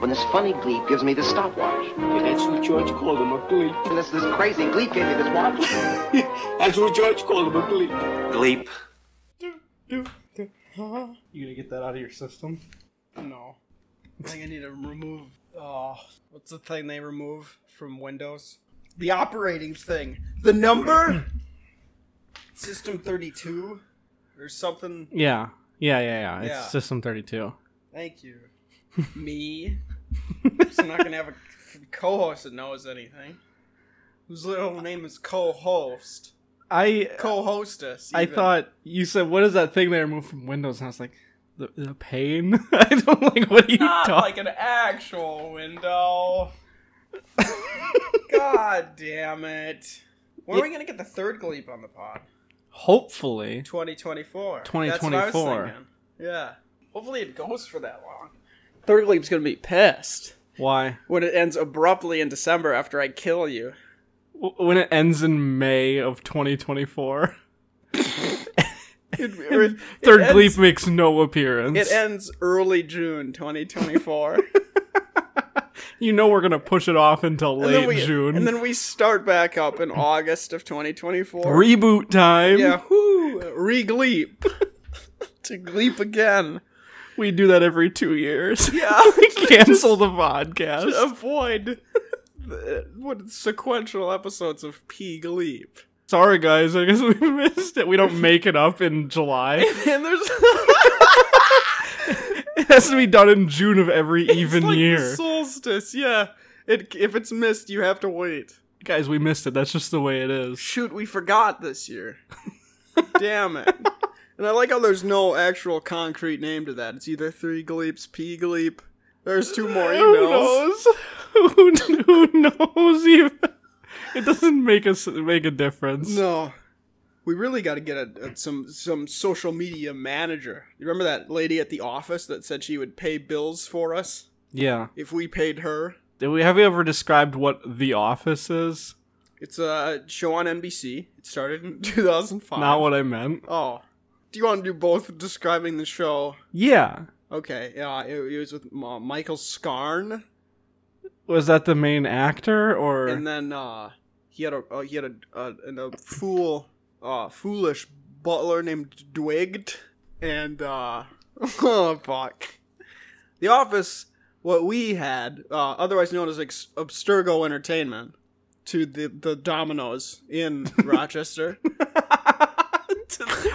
when this funny gleep gives me this stopwatch. Yeah, that's what George called him, a gleep. And this, this crazy gleep gave me this watch. That's what George called him, a gleep. Gleep. You gonna get that out of your system? No. I think I need to remove. Oh, what's the thing they remove from Windows? The operating thing. The number? System 32? Or something? Yeah. Yeah, yeah, yeah. It's Yeah. System 32. Thank you. Me? So I'm not going to have a co host that knows anything. Whose little name is co host. I Co hostess. I thought you said what is that thing they removed from Windows? And I was like, the, the pain. I don't like. What are you Not talking? like an actual window. God damn it. When are we going to get the third Gleep on the pod? Hopefully, 2024. 2024. Yeah. Hopefully it goes for that long. Third Gleep's going to be pissed why when it ends abruptly in December after I kill you. W- when it ends in May of 2024? It- or it- Third it Gleep ends, makes no appearance. It ends early June 2024. you know we're gonna push it off until And then late we- June. And then we start back up in August of 2024. Reboot time. yeah, whoo, re-gleep. to gleep again. We do that every two years. Yeah. we cancel the podcast. Avoid the, what sequential episodes of P Gleep. Sorry, guys. I guess we missed it. We don't make it up in July. And there's It has to be done in June of every even like the year. solstice, yeah. It if it's missed, you have to wait. Guys, we missed it. That's just the way it is. Shoot, we forgot this year. Damn it. And I like how there's no actual concrete name to that. It's either three gleeps, P Gleep. There's two more Who emails. knows? Who, who knows even? It doesn't make us make a difference. No. We really got to get a, a- some some social media manager. You remember that lady at the office that said she would pay bills for us Yeah. if we paid her? Did we have you ever described what The Office is? It's a show on NBC. It started in 2005. Not what I meant. Oh. Do you want to do both describing the show? Yeah. Okay, yeah, it, it was with uh, Michael Scarn, Was that the main actor or? and then uh, he had a uh, he had a, uh, an- a fool uh, foolish butler named Dwigged, and uh, oh fuck, The Office. What we had, uh, otherwise known as Ex- Abstergo Entertainment, to the the Dominoes in Rochester.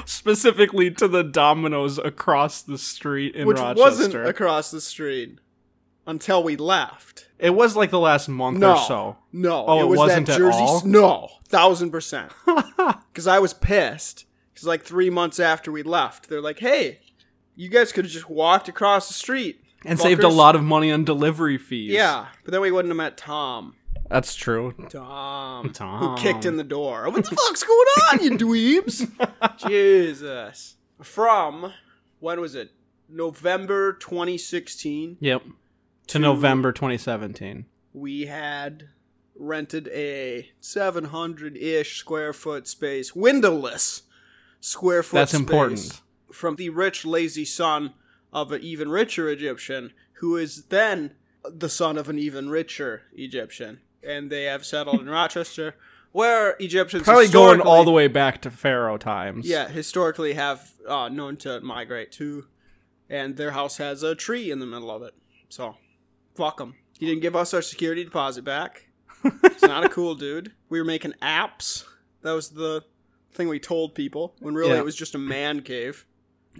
specifically to the Domino's across the street in which wasn't Rochester. across the street until we left. it was like the last month No, or so. no, Oh, it was wasn't that at Jersey. all? s- No, thousand percent. Because I was pissed. Because like three months after we left, they're like, "Hey, you guys could have just walked across the street And saved a fuckers." lot of money on delivery fees. Yeah, but then we wouldn't have met Tom. That's true. Tom, Tom. who kicked in the door. What the fuck's going on, you dweebs? Jesus. From when was it? November 2016. Yep. To November 2017. we had rented a 700 ish square foot space, windowless square foot That's space important. from the rich, lazy son of an even richer Egyptian, who is then the son of an even richer Egyptian. And they have settled in Rochester, where Egyptians Probably going all historically- the way back to Pharaoh times. yeah, historically have uh, known to migrate to, and their house has a tree in the middle of it. So, fuck him. He didn't give us our security deposit back. He's not a cool dude. We were making apps. That was the thing we told people when really Yeah. it was just a man cave.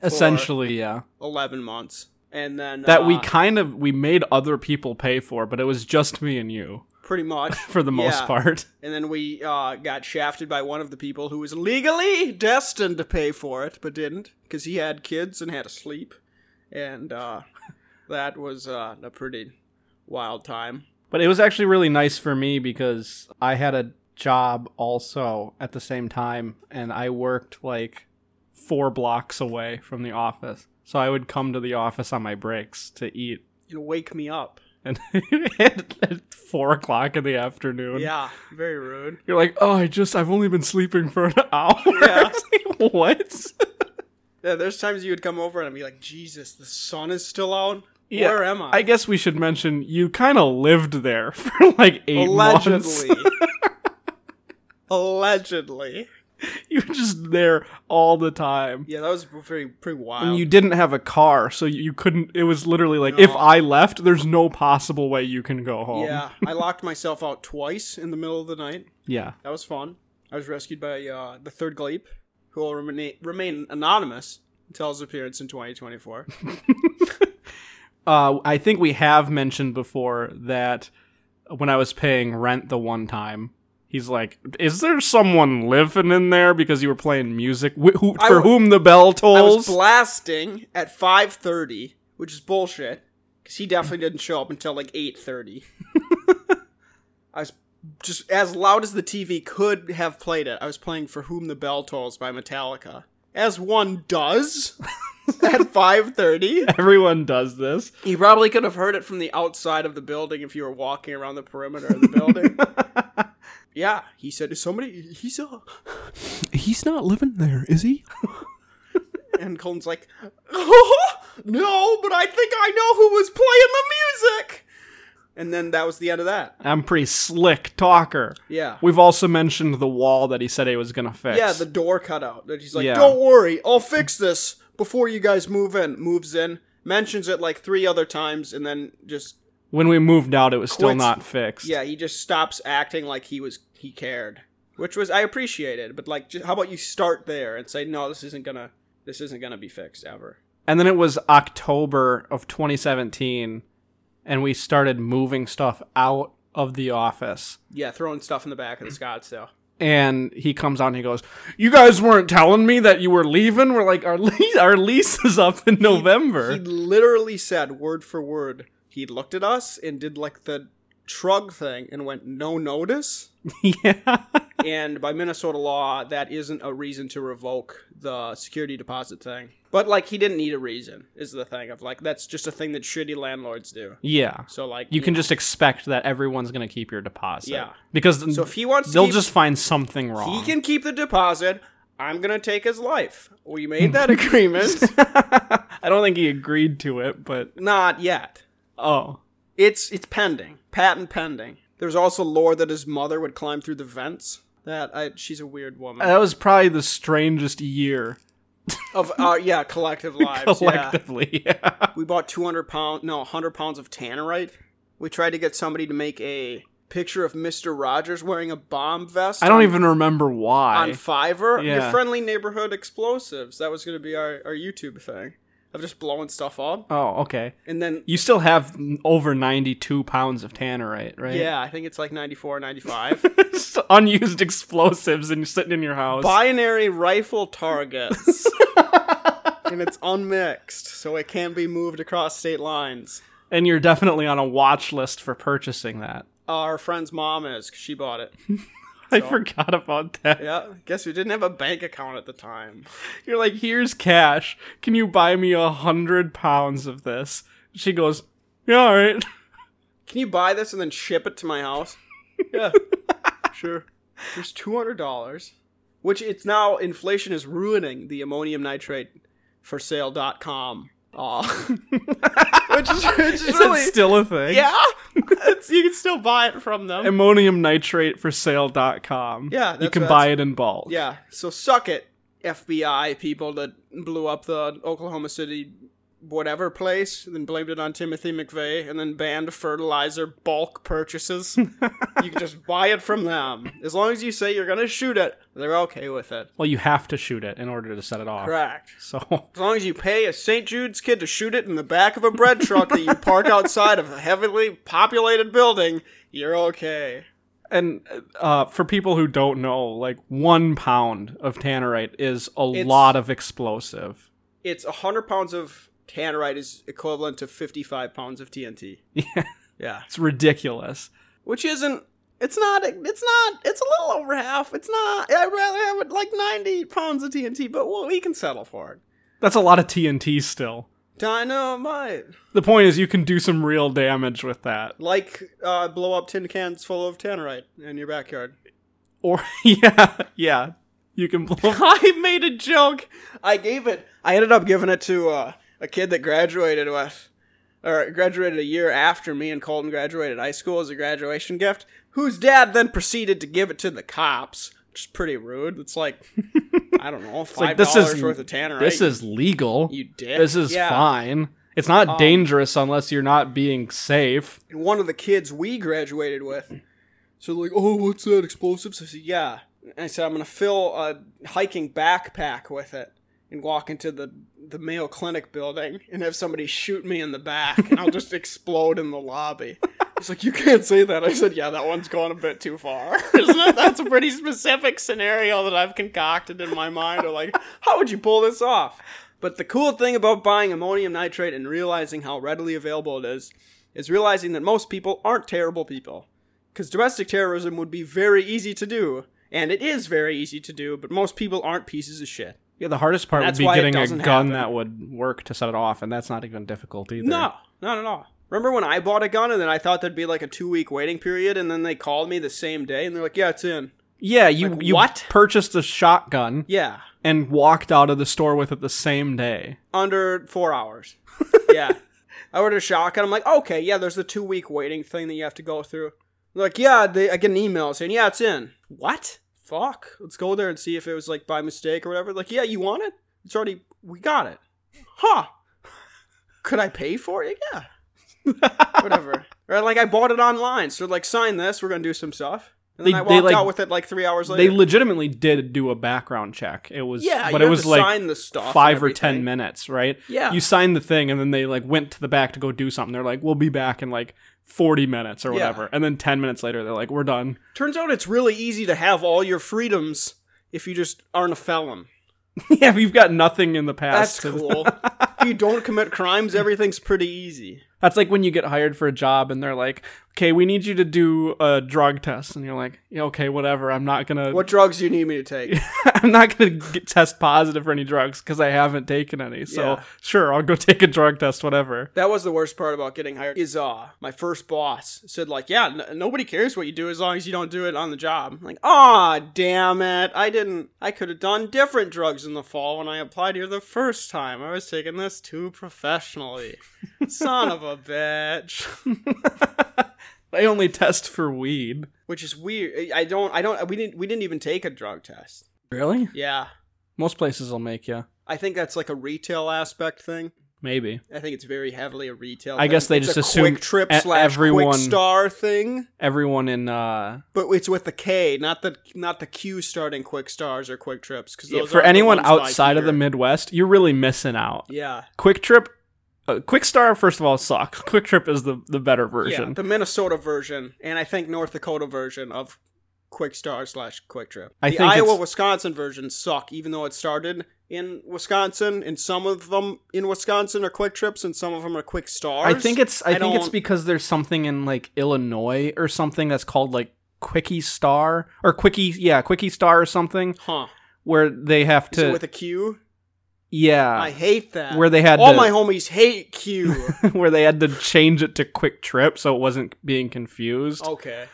Essentially, yeah. Eleven months, and then That we uh, kind of we made other people pay for, but it was just me and you pretty much for the most Yeah. part. And then we uh, got shafted by one of the people who was legally destined to pay for it, but didn't, because he had kids and had to sleep. And uh, that was uh, a pretty wild time. But it was actually really nice for me because I had a job also at the same time and I worked like 4 blocks away from the office. So I would come to the office on my breaks to eat You know, wake me up. and at four o'clock in the afternoon. Yeah, very rude. You're like, oh, I just, I've only been sleeping for an hour. Yeah. It's like, what? Yeah, there's times you would come over and I'd be like, Jesus, the sun is still out. Yeah, Where am I? I guess we should mention you kind of lived there for like eight months. Allegedly. Allegedly. You were just there all the time. Yeah, that was very pretty wild. And you didn't have a car, so you couldn't. It was literally like, if Um, No. I left, there's no possible way you can go home. yeah, I locked myself out twice in the middle of the night. Yeah. That was fun. I was rescued by uh, the third Gleep, who will remain, remain anonymous until his appearance in 2024. Uh, I think we have mentioned before that when I was paying rent the one time, he's like, "Is there someone living in there?" Because you were playing music wh- who, I for w- whom the bell I was tolls. blasting at 5:30, which is bullshit because he definitely didn't show up until like 8:30. I was just as loud as the TV could have played it. I was playing "For Whom the Bell Tolls" by Metallica, as one does at 5:30. Everyone does this. You probably could have heard it from the outside of the building if you were walking around the perimeter of the building. yeah, he said, "Is somebody?" He saw, He's not living there, is he? and Colin's like, "No, but I think I know who was playing the music." And then that was the end of that. I'm pretty slick talker. Yeah, We've also mentioned the wall that he said he was gonna fix. yeah, the door cut out. That he's like, Yeah. "Don't worry, I'll fix this before you guys move in." Moves in, mentions it like three other times, and then just when we moved out, it was still Quits- not fixed. Yeah, he just stops acting like he was he cared, which was I appreciated. But like, just, how about you start there and say, no, this isn't gonna this isn't gonna be fixed ever. And then it was October of 2017, and we started moving stuff out of the office. Yeah, throwing stuff in the back of the Scottsdale. and he comes out and he goes, "You guys weren't telling me that you were leaving." We're like, "Our lease, our lease is up in November." He literally said word for word. He looked at us and did like the shrug thing and went, no notice. yeah, and by Minnesota law, that isn't a reason to revoke the security deposit thing. But like, he didn't need a reason. Is the thing of like that's just a thing that shitty landlords do. yeah. So like, You can just expect that everyone's gonna keep your deposit. Yeah. because So if he wants, to they'll keep- just find something wrong. He can keep the deposit. I'm gonna take his life. We made that agreement. I don't think he agreed to it, but Not yet. oh, It's it's pending, patent pending. There's also lore that his mother would climb through the vents. That I, she's a weird woman. that was probably the strangest year of uh, yeah, collective lives. Yeah, collectively. Yeah. we bought 200 pound, no, 100 pounds of tannerite. We tried to get somebody to make a picture of Mister Rogers wearing a bomb vest. I don't on- even remember on why. Fiverr. Your Yeah. friendly neighborhood explosives. That was gonna be our, our YouTube thing of just blowing stuff up. oh, okay. And then You still have over 92 pounds of tannerite, right? Yeah, I think it's like 94 95. unused explosives and you're sitting in your house. Binary rifle targets. and it's unmixed, so it can be moved across state lines. And you're definitely on a watch list for purchasing that. Our friend's mom is, 'cause she bought it. I forgot about that. Yeah, guess we didn't have a bank account at the time. You're like, here's cash. Can you buy me a hundred pounds of this? She goes, Yeah, all right. Can you buy this and then ship it to my house? Yeah, sure. There's $200, which it's now, inflation is ruining the ammonium nitrate for sale.com. Aw. which is, which is Is really. that still a thing? Yeah, It's- you can still buy it from them. Ammonium nitrate for sale.com. Yeah, You that's- can that's- buy it in bulk. yeah, so suck it, FBI people that blew up the Oklahoma City whatever place, then blamed it on Timothy McVeigh, and then banned fertilizer bulk purchases. you can just buy it from them as long as you say you're gonna shoot it. They're okay with it. Well, you have to shoot it in order to set it off. Correct. So As long as you pay a St. Jude's kid to shoot it in the back of a bread truck that you park outside of a heavily populated building, you're okay. and uh, for people who don't know, like one pound of tannerite is a It's- lot of explosive. it's 100 pounds of tannerite is equivalent to 55 pounds of TNT. Yeah. Yeah. It's ridiculous. Which isn't, it's not, it's not, it's a little over half. It's not, I'd rather have it like 90 pounds of TNT, but well, we can settle for it. That's a lot of TNT still. Dynamite. The point is, you can do some real damage with that. Like, uh, blow up tin cans full of tannerite in your backyard. Or, yeah, yeah. You can blow. I made a joke. I gave it. I ended up giving it to uh, a kid that graduated with. or graduated a year after me and Colton graduated high school as a graduation gift, whose dad then proceeded to give it to the cops, which is pretty rude. It's like, I don't know, $5 like, this is- worth of Tannerite. This is legal. you dick. this is Yeah. Um, fine. It's not dangerous unless you're not being safe. And one of the kids we graduated with. So they're like, oh, what's that, explosives? I said, yeah. And I said, I'm going to fill a hiking backpack with it and walk into the, the Mayo Clinic building and have somebody shoot me in the back and I'll just explode in the lobby. He's like, you can't say that. I said, yeah, that one's gone a bit too far. Isn't it? That's a pretty specific scenario that I've concocted in my mind. Or like, how would you pull this off? But the cool thing about buying ammonium nitrate and realizing how readily available it is is realizing that most people aren't terrible people. Because domestic terrorism would be very easy to do, and it is very easy to do, but most people aren't pieces of shit. Yeah, the hardest part would That's be why it getting a gun doesn't happen. that would work to set it off, and that's not even difficult either. No, not at all. Remember when I bought a gun and then I thought there'd be like a two week waiting period, and then they called me the same day and they're like, yeah, it's in. Yeah, you Like, you what? purchased a shotgun Yeah, and walked out of the store with it the same day. under four hours. yeah. I ordered a shotgun. I'm like, okay, yeah, there's the two week waiting thing that you have to go through. They're like, yeah, they, I get an email saying, yeah, it's in. What? Fuck. Let's go there and see if it was like by mistake or whatever. Like, yeah, you want it? It's already, we got it. Huh. Could I pay for it? Yeah. whatever. Or like, I bought it online. So, like, sign this. We're going to do some stuff. And then They- I walked they, like- out with it like three hours later. They legitimately did do a background check. It was yeah, but you it have was to like sign the stuff and five or ten everything. minutes, right? Yeah. You signed the thing, and then they like went to the back to go do something. They're like, "We'll be back in like forty minutes or Yeah. whatever," and then ten minutes later, they're like, "We're done." Turns out it's really easy to have all your freedoms if you just aren't a felon. yeah, if you've got nothing in the past. That's to- cool. if you don't commit crimes, everything's pretty easy. That's like when you get hired for a job, and they're like, "Okay, we need you to do a drug test," and you're like, "Yeah, okay, whatever. I'm not gonna. What drugs do you need me to take? I'm not gonna get, test positive for any drugs because I haven't taken any. So Yeah. sure, I'll go take a drug test, whatever." That was the worst part about getting hired. Is uh, my first boss said like, yeah, n- nobody cares what you do as long as you don't do it on the job. I'm like, ah, damn it, I didn't. I could have done different drugs in the fall when I applied here the first time. I was taking this too professionally. Son of a bitch. They only test for weed. Which is weird. I don't. I don't. We didn't. We didn't even take a drug test. Really? Yeah. Most places will make you. I think that's like a retail aspect thing. Maybe. I think it's very heavily a retail. I thing. guess they It's just a assume quick trip e- slash everyone- quick star thing, everyone in uh but it's with the K, not the not the Q starting quick stars or quick trips. Because for anyone outside of the midwest you're really missing out yeah, quick trip uh, quick star first of all sucks quick trip is the the better yeah, version the Minnesota version, and I think North Dakota version of quick star slash quick trip. I the think it's- Iowa Wisconsin versions suck, even though it started in Wisconsin, and some of them in Wisconsin are quick trips, and some of them are quick i stars. think it's i, think it's don't- because there's something in like illinois or something that's called like quickie star or quickie yeah quickie star or something huh? where they have Is it to with a Q? I yeah hate that. Where they had all to- my homies hate Q. where they had to change it to quick trip so it wasn't being confused okay.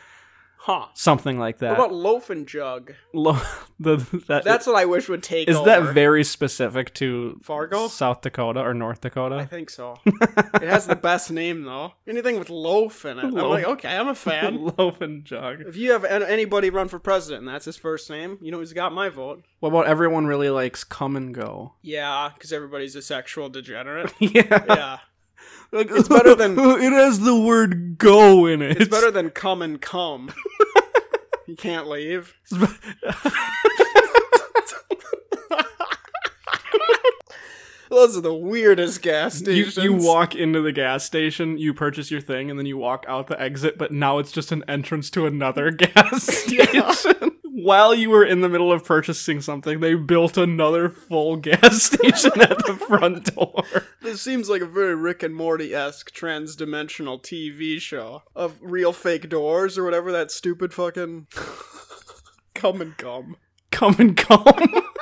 Huh. something like Oh. What that about loaf and jug? Lo- the, that, That's what I wish would take. is over. that very specific to Fargo? south dakota or north dakota I think so. it has the best name though. Anything with loaf in it, I'm Loaf. like, okay, I'm a fan. Loaf and jug. if you have an- anybody run for president and that's his first name, you know he's got my vote. What about everyone really likes come and go? Yeah, because everybody's a sexual degenerate. Yeah. yeah, it's better than- it has the word go in it. it's better than come and come. you can't leave. Those are the weirdest gas you, stations. you walk into the gas station, you purchase your thing, and then you walk out the exit, but now it's just an entrance to another gas Yeah. station. While you were in the middle of purchasing something, they built another full gas station at the front door. This seems like a very Rick and Morty esque trans dimensional TV show of real fake doors or whatever that stupid fucking come and come. Come and come.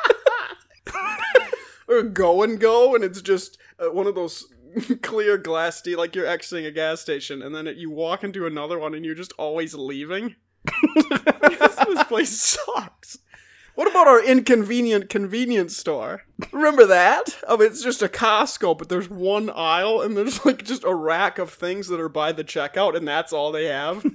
Or go and go, and it's just uh, one of those clear glass, de- like you're exiting a gas station, and then it, you walk into another one and you're just always leaving. this, this place sucks. What about our inconvenient convenience store? Remember that? Oh, it's just a Costco, but there's one aisle and there's like just a rack of things that are by the checkout, and that's all they have.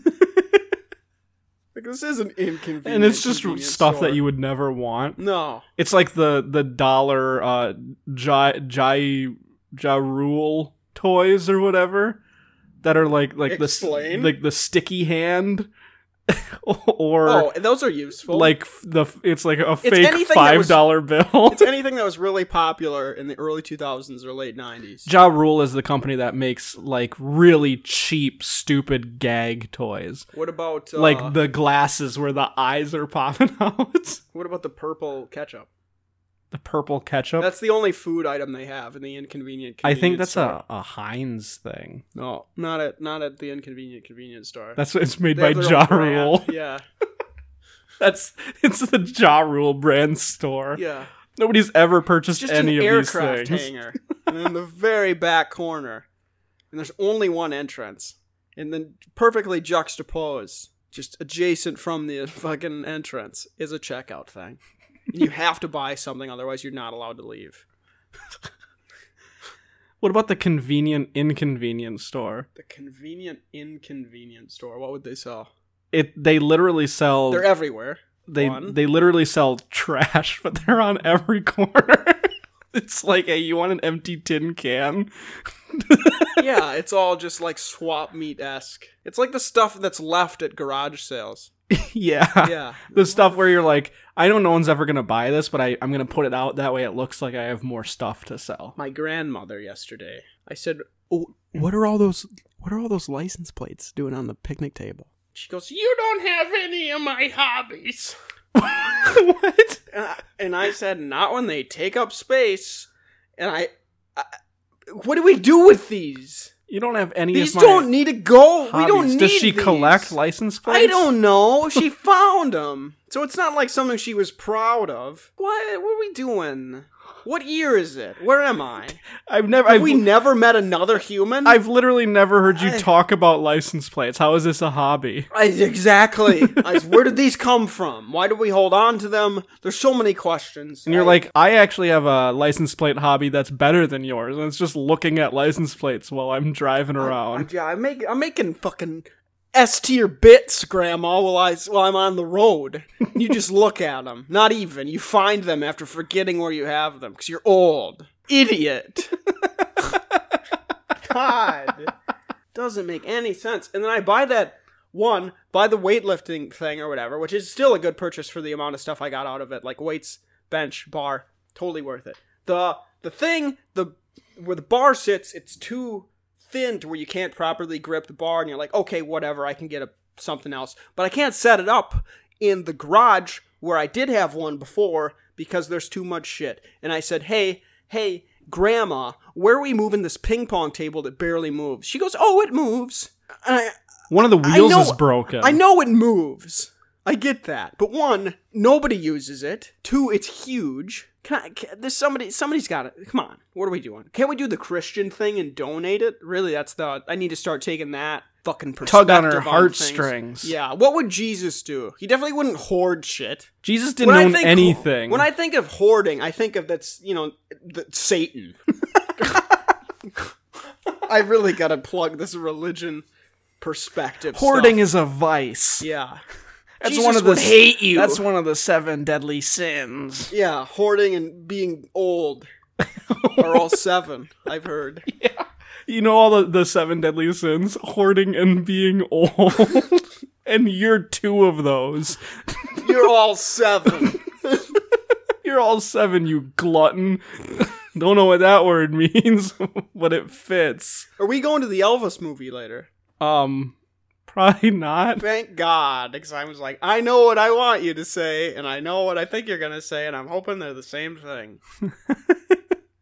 like this is an inconvenient. and it's just convenience stuff store. that you would never want. No. It's like the the dollar uh Jai Jai Ja Rule toys or whatever that are like like Explain. the like the sticky hand or Oh, and those are useful. like f- the f- it's like a fake anything that five was- dollar bill. it's anything that was really popular in the early 2000s or late 90s. Ja Rule is the company that makes like really cheap, stupid gag toys. What about uh, like the glasses where the eyes are popping out. what about the purple ketchup? the purple ketchup. That's the only food item they have in the inconvenient. I think convenience that's store. a, a Heinz thing. No, not at not at the inconvenient convenience store. That's what it's made They by have their Ja own brand. Rule. Yeah, That's it's the Ja Rule brand store. yeah. Nobody's ever purchased Just any an of these aircraft things. hangar, and in the very back corner, and there's only one entrance, and then perfectly juxtaposed, just adjacent from the fucking entrance, is a checkout thing. And you have to buy something, otherwise you're not allowed to leave. What about the convenient inconvenience store? The convenient inconvenience store. What would they sell? It they literally sell They're everywhere. they One. they literally sell trash, but they're on every corner. it's like, hey, you want an empty tin can? yeah, it's all just like swap meet esque. It's like the stuff that's left at garage sales. yeah. Yeah. The stuff where you're like, I know no one's ever gonna buy this, but I, I'm gonna put it out that way it looks like I have more stuff to sell. My grandmother yesterday. I said, oh, "What are all those? What are all those license plates doing on the picnic table?" She goes, "You don't have any of my hobbies." what? And I, and I said, "Not when they take up space." And I, I what do we do with these? You don't have any These of my don't need to go. hobbies. We don't need. Does she these. collect license plates? I don't know. She found them. So it's not like something she was proud of. What what are we doing? What year is it? Where am I? I've never Have I've, we never met another human? I've literally never heard you I- talk about license plates. How is this a hobby? I- exactly. I, where did these come from? Why do we hold on to them? There's so many questions. And you're I- like, I actually have a license plate hobby that's better than yours, and it's just looking at license plates while I'm driving I'm, around. yeah, I'm, make, I'm making fucking S tier bits, Grandma, while, I, while I'm on the road. You just look at them. Not even. You find them after forgetting where you have them because you're old. Idiot. God. Doesn't make any sense. And then I buy that one, buy the weightlifting thing or whatever, which is still a good purchase for the amount of stuff I got out of it, like weights, bench, bar, totally worth it. The the thing, the where the bar sits, it's too thin to where you can't properly grip the bar and you're like, okay, whatever, I can get a something else. But I can't set it up in the garage where I did have one before because there's too much shit. And I said, hey, hey, grandma, where are we moving this ping pong table that barely moves? She goes, oh, it moves. And I, One of the wheels know- is broken. I know it moves. I get that. But one, nobody uses it. Two, it's huge. Can I, can, there's somebody somebody's got it. Come on. What are we doing? Can't we do the Christian thing and donate it? Really, that's the I need to start taking that fucking perspective Tug on her things. heartstrings. Yeah, what would Jesus do? He definitely wouldn't hoard shit. Jesus didn't own anything. When I think of hoarding, I think of that's, you know, the, Satan. I really got to plug this religion perspective. hoarding stuff. is a vice. Yeah. That's Jesus one of the would hate you. That's one of the seven deadly sins. Yeah, hoarding and being old are all seven, I've heard. You know all the, the seven deadly sins? Hoarding and being old. and you're two of those. You're all seven. You're all seven, you glutton. Don't know what that word means, but it fits. Are we going to the Elvis movie later? Um, probably not. Thank God, because I was like, I know what I want you to say, and I know what I think you're gonna say, and I'm hoping they're the same thing. uh,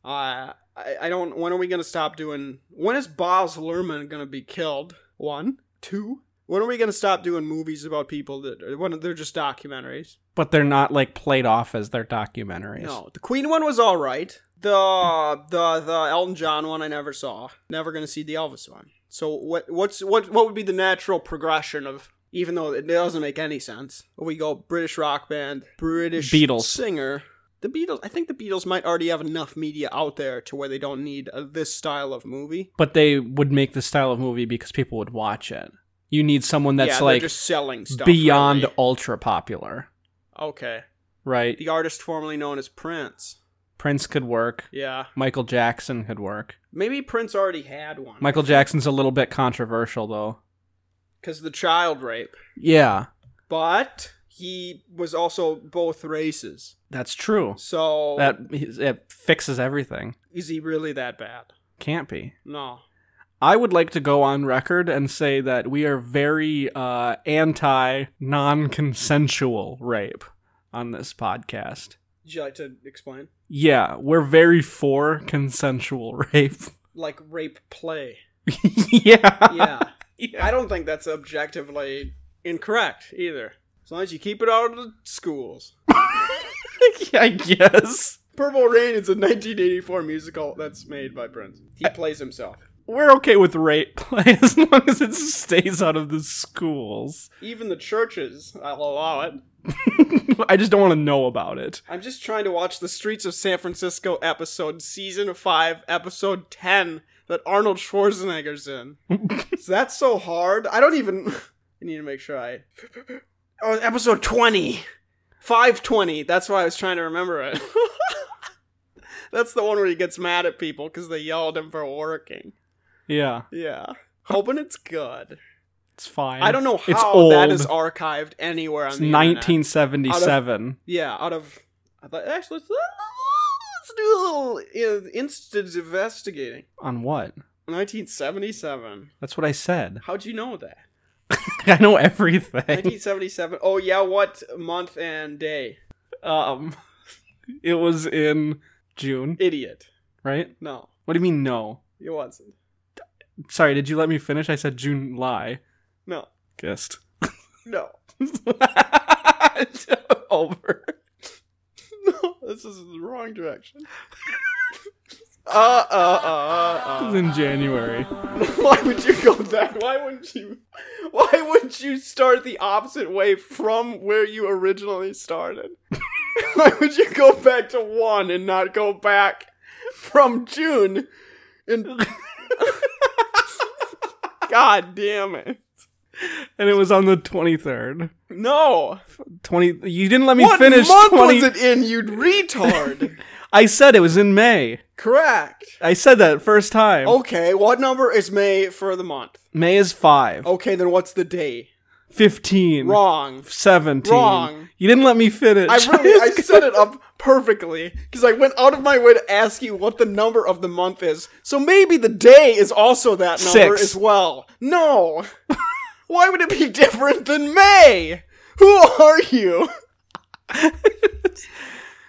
I, I don't. When are we gonna stop doing? When is Boz Luhrmann gonna be killed? One, two. When are we gonna stop doing movies about people that when they're just documentaries? But they're not like played off as their documentaries. No, the Queen one was all right. The the the Elton John one I never saw. Never gonna see the Elvis one. So what what's what what would be the natural progression of even though it doesn't make any sense. We go British rock band, British Beatles. singer. The Beatles. I think the Beatles might already have enough media out there to where they don't need uh, this style of movie. But they would make this style of movie because people would watch it. You need someone yeah, that's they're like just selling stuff beyond really. ultra popular, Okay, right? the artist formerly known as Prince. Prince could work. Yeah, Michael Jackson could work. maybe Prince already had one. Michael Jackson's a little bit controversial though. because the child rape, Yeah, but he was also both races. that's true. So That it fixes everything. is he really that bad? Can't be. No. I would like to go on record and say that we are very uh, anti non consensual rape on this podcast. Would you like to explain? Yeah, we're very for consensual rape. Like rape play. yeah. Yeah. Yeah. I don't think that's objectively incorrect either. As long as you keep it out of the schools. I guess. Purple Rain is a 1984 musical that's made by Prince. He plays himself. We're okay with rape play as long as it stays out of the schools. Even the churches, I'll allow it. I just don't want to know about it. I'm just trying to watch the Streets of San Francisco episode, season 5, episode 10, that Arnold Schwarzenegger's in. Is that so hard? I don't even. I need to make sure I. Oh, episode 20! 520, that's why I was trying to remember it. that's the one where he gets mad at people because they yelled at him for working. Yeah, Yeah. Hoping it's good. it's fine. I don't know It's how that old. is archived anywhere on It's the internet. 1977. Yeah, out of I thought actually let's, let's do a little uh, instant investigating. On what? 1977. That's what I said. How'd you know that? I know everything. 1977. Oh yeah, what month and day? Um, it was in June, Idiot. right? No, What do you mean no? it wasn't. Sorry, did you let me finish? I said July. No, Guessed. no, Over. no. This is the wrong direction. Uh, uh, It uh, was uh, in January. uh. Why would you go that? Why wouldn't you? Why wouldn't you start the opposite way from where you originally started? Why would you go back to one and not go back from June? And God damn it! And it was on the 23rd. No, 20 You didn't let me what finish month 20 was it in? You retard. I said it was in May. Correct. I said that first time. Okay, what number is May for the month? May is 5. Okay, then what's the day? 15. Oh. Wrong. 17. Wrong. You didn't let me finish. I really I set it up perfectly because I went out of my way to ask you what the number of the month is. So maybe the day is also that number Six. as well. No. Why would it be different than May? Who are you?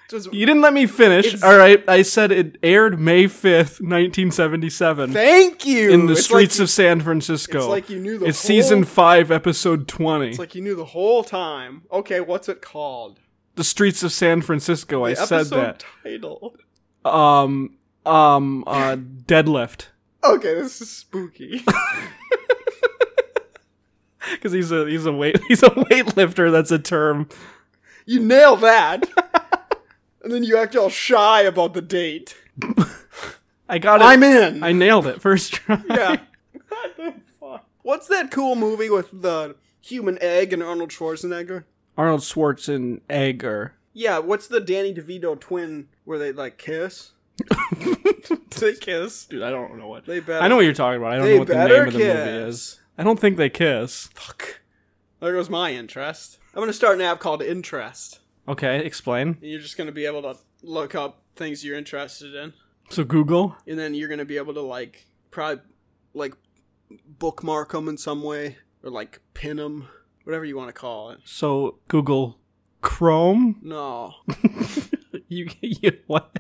Just You didn't let me finish. It's- All right, I said it aired May fifth, nineteen seventy-seven, thank you. in the It's streets like, of San Francisco. It's like you knew the It's whole, season five, episode twenty. It's like you knew the whole time. Okay, what's it called? the streets of San Francisco. I The said episode that. title. Um, um, uh, deadlift Okay, this is spooky. because he's a he's a weight he's a weightlifter. That's a term. You nail that. and then you act all shy about the date. I got it. I'm in. I nailed it first try. yeah. What the fuck? What's that cool movie with the human egg and Arnold Schwarzenegger? Arnold Schwarzenegger. Yeah, what's the Danny DeVito twin where they like kiss? they kiss. Dude, I don't know what. They better. I know what you're talking about. I don't They know what the better name of the movie is. kiss. I don't think they kiss. Fuck. There goes my interest. I'm gonna start an app called Interest, Okay, explain. and you're just gonna be able to look up things you're interested in. So Google. and then you're gonna be able to like probably like bookmark them in some way or like pin them whatever you want to call it So Google Chrome. no You, you what?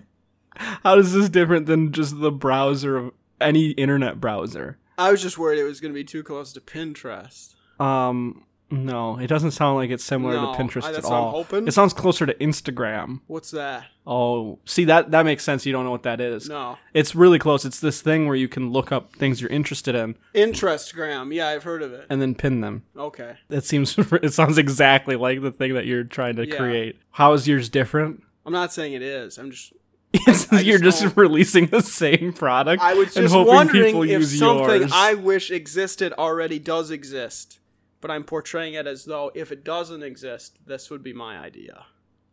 How is this different than just the browser of any internet browser? i was just worried it was gonna be too close to pinterest Um, No, it doesn't sound like it's similar No, I- to Pinterest at that's what I'm all. hoping. It sounds closer to Instagram. What's that? Oh, see that that makes sense. You don't know what that is. No. It's really close. It's this thing where you can look up things you're interested in Interestgram. Yeah, I've heard of it. and then pin them. Okay. It seems it sounds exactly like the thing that you're trying to Yeah. create. How is yours different? I'm not saying it is. I'm just. It's, I you're just just don't- releasing the same product. I was and just hoping wondering people if use something yours. I wish existed already does exist, but I'm portraying it as though if it doesn't exist, this would be my idea.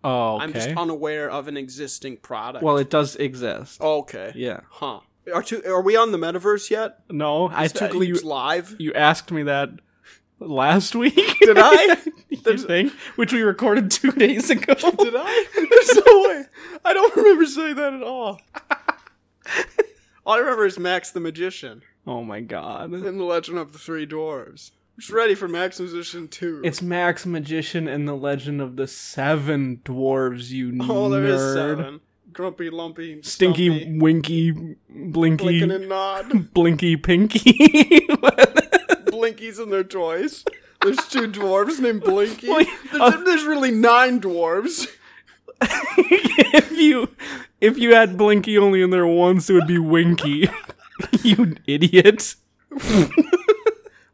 Oh, okay. I'm just unaware of an existing product. well, it does exist. Okay. Yeah. Huh. Are two, Are we on the metaverse yet? No, I Is that took you. Leaps live. You asked me that last week. Did I? you think? Which we recorded two days ago. Did I? There's no way. I don't remember saying that at all. All I remember is Max the Magician Oh my god. in The Legend of the Three Dwarves. I'm just ready for Max Magician 2. It's Max Magician and the Legend of the Seven Dwarves, you oh, there nerd. is seven. Grumpy, lumpy, Stinky, stumpy, winky, blinky, blinking and nod. blinky, pinky. Blinkies and their toys. There's two dwarves named Blinky. Well, There's, there's really nine dwarves. if you if you had Blinky only in there once, it would be Winky. you idiot.